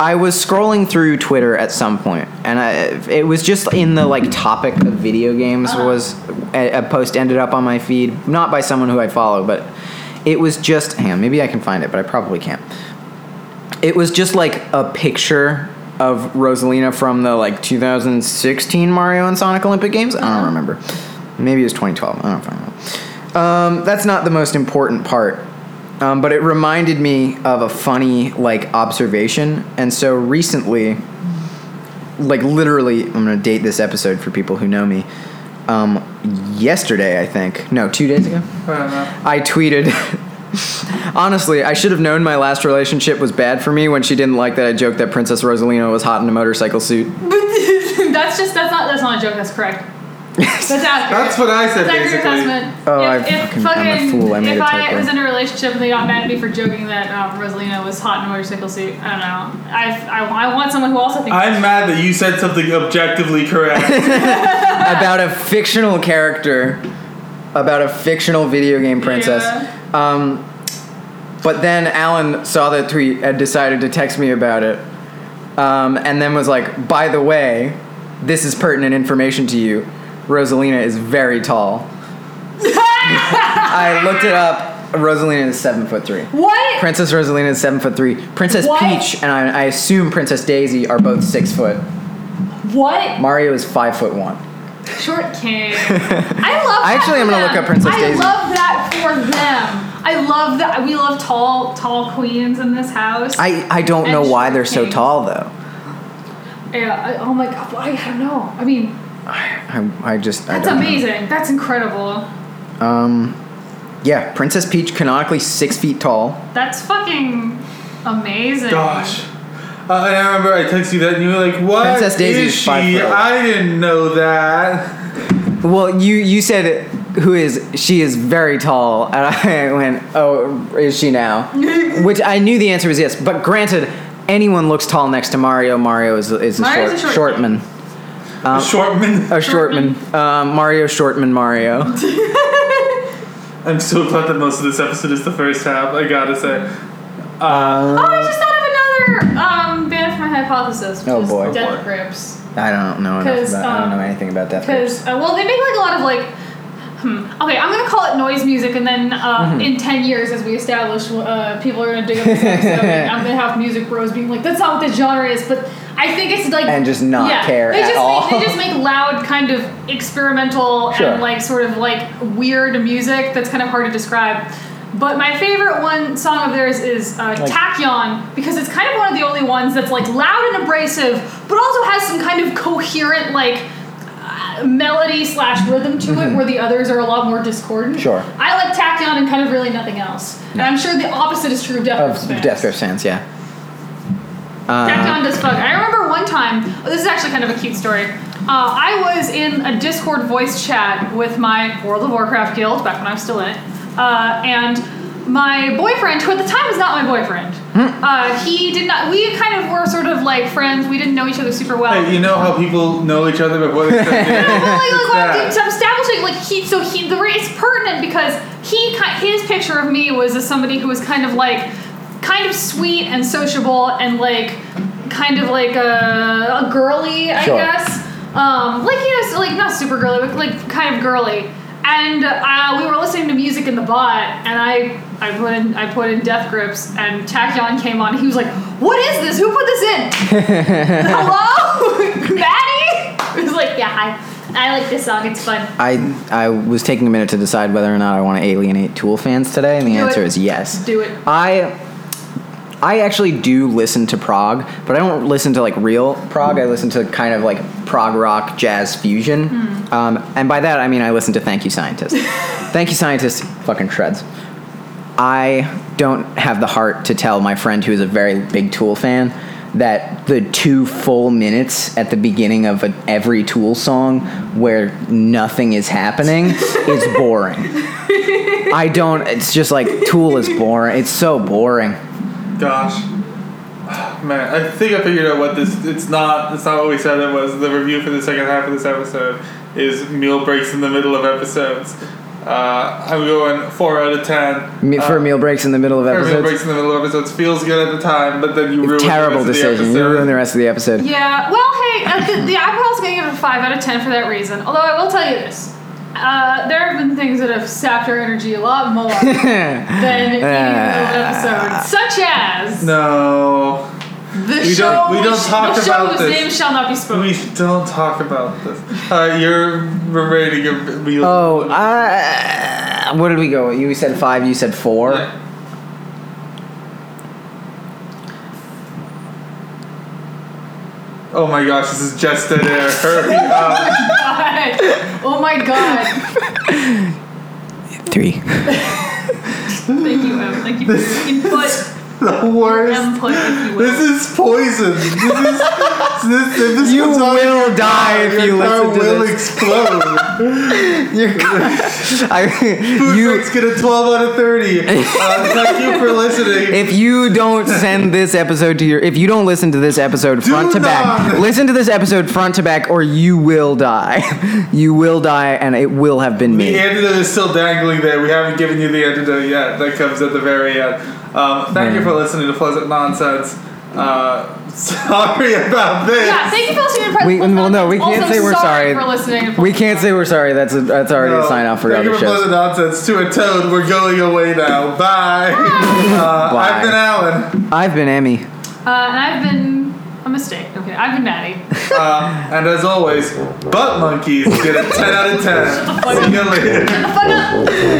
S2: I was scrolling through Twitter at some point, and I, it was just in the like topic of video games was a, a post ended up on my feed, not by someone who I follow, but it was just. Hang on, maybe I can find it, but I probably can't. It was just like a picture of Rosalina from the like 2016 Mario and Sonic Olympic Games. I don't remember. Maybe it was 2012. I don't fucking know. Um, that's not the most important part, um, but it reminded me of a funny like observation. And so recently, like literally, I'm gonna date this episode for people who know me. Um, yesterday, I think. No, two days ago.
S1: I don't know.
S2: I tweeted, (laughs) honestly, I should have known my last relationship was bad for me when she didn't like that I joked that Princess Rosalina was hot in a motorcycle suit.
S3: that's just that's not that's not a joke.
S2: (laughs)
S3: That's correct. That's accurate.
S1: That's what I said,
S3: That's accurate
S1: basically.
S3: assessment.
S2: Oh, I
S3: if, if
S2: fucking- I'm a fool. I made
S3: if
S2: a
S3: I
S2: typo.
S3: was in a relationship and they got mad at me for joking that um, Rosalina was hot in a motorcycle suit, I don't know. I've, I, I want someone who also thinks.
S1: I'm mad that you said something objectively
S2: (laughs)
S1: correct.
S2: about a fictional character, about a fictional video game princess. Um, but then Alan saw the tweet and decided to text me about it, um, and then was like, "By the way, this is pertinent information to you. Rosalina is very tall." I looked it up. Rosalina is seven foot three.
S3: (laughs)
S1: (laughs)
S3: what?
S2: Princess Rosalina is seven foot three. Princess
S3: What?
S2: Peach and I, I assume Princess Daisy are both six foot.
S3: what?
S2: Mario is five foot one. (laughs)
S3: Short king. I love.
S2: I
S3: that
S2: actually
S3: for
S2: am gonna
S3: them.
S2: look up Princess
S3: I
S2: Daisy.
S3: love that for them. I love that we love tall, tall queens in this house.
S2: I, I don't
S3: And
S2: know why
S3: short
S2: they're so
S3: kings.
S2: tall though.
S3: yeah. I, oh my god. I, I don't know. I mean,
S2: I, I just I
S3: that's
S2: don't know.
S3: amazing. That's incredible.
S2: Um, yeah, Princess Peach canonically six feet tall.
S3: That's fucking amazing.
S1: Gosh. Uh, and I remember I texted you that, and you were like, "What
S2: Princess Daisy
S1: is
S2: is
S1: she?
S2: five foot.
S1: I didn't know that."
S2: Well, you you said who is she is very tall, and (laughs) I went, oh, is she
S3: (laughs)
S2: now? Which I knew the answer was yes, but granted, anyone looks tall next to Mario. Mario is is a,
S3: Mario's
S2: short,
S3: a short
S2: shortman. Um,
S1: Shortman.
S2: A shortman. Um, Mario shortman Mario.
S1: I'm so glad that most of this episode is the first half. I gotta say.
S3: (laughs) Oh, I just thought of another um, band for my hypothesis. Which
S2: Oh,
S3: is
S2: boy.
S3: Death
S1: Oh, boy.
S3: Grips.
S2: I don't know enough
S3: 'Cause,
S2: about. I don't
S3: um,
S2: know anything about Death Grips.
S3: Because uh, well, they make like a lot of like. Hmm. Okay, I'm gonna call it noise music, and then uh,
S2: Mm-hmm.
S3: in ten years, as we establish, uh, people are gonna dig up this episode. and I'm gonna have music bros being like, "That's not what the genre is," but I think it's like
S2: And just not
S3: yeah,
S2: care
S3: They
S2: at
S3: just
S2: all.
S3: Make, they
S2: (laughs)
S3: just make loud, kind of experimental
S2: Sure.
S3: and like sort of like weird music that's kind of hard to describe. But my favorite one song of theirs is uh, Tachyon because it's kind of one of the only ones that's like loud and abrasive, but also has some kind of coherent like uh, melody slash rhythm to it, where the others are a lot more discordant.
S2: Mm-hmm. Sure.
S3: I like Tachyon and kind of really nothing else. And I'm sure the opposite is true of Death
S2: of
S3: Grips fans.
S2: Death Grips fans, yeah.
S3: Tachyon does fuck. I remember one time. oh, This is actually kind of a cute story. Uh, I was in a Discord voice chat with my World of Warcraft guild back when I was still in it, uh, and my boyfriend, who at the time was not my boyfriend,
S2: Hmm.
S3: uh, he did not. We kind of were sort of like friends. We didn't know each other super well.
S1: Hey, you know how people know each other before they start dating?
S3: No, but like, like what I'm
S1: It's
S3: doing- so I'm establishing like he so he the re- it's pertinent because he ki- his picture of me was as somebody who was kind of like kind of sweet and sociable and like kind of like a, a girly I
S2: Sure.
S3: guess um like you know so, like not super girly but like kind of girly and uh, we were listening to music in the bot and I I put in I put in Death Grips and Tachyon came on he was like what is this who put this in (laughs) Hello, Maddie. It was like, yeah, I, I like this song. It's fun.
S2: I I was taking a minute to decide whether or not I want to alienate Tool fans today, and the
S3: Do it.
S2: answer is yes.
S3: Do it.
S2: I I actually do listen to prog, but I don't listen to like real prog. I listen to kind of like prog rock jazz fusion, um, and by that I mean I listen to Thank You Scientist. Thank You Scientist fucking shreds. I don't have the heart to tell my friend who is a very big Tool fan that the two full minutes at the beginning of a, every Tool song where nothing is happening is boring. I don't. It's just like Tool is boring. It's so boring. (laughs)
S1: Gosh. Man, I think I figured out what this. It's not. It's not what we said. It was the review for the second half of this episode is meal breaks in the middle of episodes. Uh, I'm going four out of ten.
S2: Me- for
S1: Uh,
S2: meal breaks in the middle of
S1: for meal
S2: episodes.
S1: breaks in the middle of episodes feels good at the time, but then you ruin
S2: Terrible
S1: the rest Of the
S2: decision. You
S1: episode.
S2: ruin the rest of the episode.
S3: Yeah. Well, hey, uh, the, the, I'm also gonna give it a five out of ten for that reason. Although I will tell you this. Uh, there have been things that have sapped our energy a lot more than any of episode, such as
S1: no.
S3: the
S1: don't-
S3: show.
S1: we don't
S3: which-
S1: talk
S3: the
S1: about
S3: show whose
S1: this.
S3: name shall not be spoken. (laughs)
S1: We don't talk about this. Uh, you're rating a meal.
S2: oh, uh, where did we go? You said five. You said four.
S1: Oh my gosh, this is just dead air.
S2: (laughs)
S1: Hurry up.
S3: God. Oh my
S1: (laughs)
S3: god!
S2: Three.
S3: Thank you, Em. Thank you for your input,
S1: the worst.
S3: input, if you will.
S1: This is poison. This is. This, if this
S2: You
S1: comes on your
S2: will
S1: car,
S2: die if
S1: your
S2: you
S1: car
S2: listen to
S1: will
S2: this.
S1: explode.
S2: You're, (laughs) I,
S1: (laughs) Food
S2: you.
S1: Break's get a 12 out of 30.
S2: (laughs)
S1: Uh, thank you for listening.
S2: If you don't send this episode to your, if you don't listen to this episode front to back,
S1: not.
S2: listen to this episode front to back, or you will die. (laughs) You will die, and it will have been
S1: The
S2: me.
S1: antidote is still dangling there. We haven't given you the antidote yet. That comes at the very end. Um, thank you for listening to Pleasant Nonsense. Uh, (laughs) sorry about this.
S3: Yeah, thank you for listening to
S2: We- well, no, we
S3: Also,
S2: can't say we're
S3: sorry.
S2: sorry.
S3: for listening.
S2: We can't say we're sorry. That's a, that's already a sign off for
S1: thank
S2: other
S1: you for
S2: shows.
S1: Pleasant Nonsense to a toad. We're going away now. Bye.
S2: (laughs)
S1: Uh,
S2: Bye.
S1: I've been Alan.
S2: I've been Emmy.
S3: Uh, and I've been a mistake. Okay, I've been Maddie.
S1: Uh, and as always, butt monkeys get a 10 out of 10. See you later.
S3: Fuck up.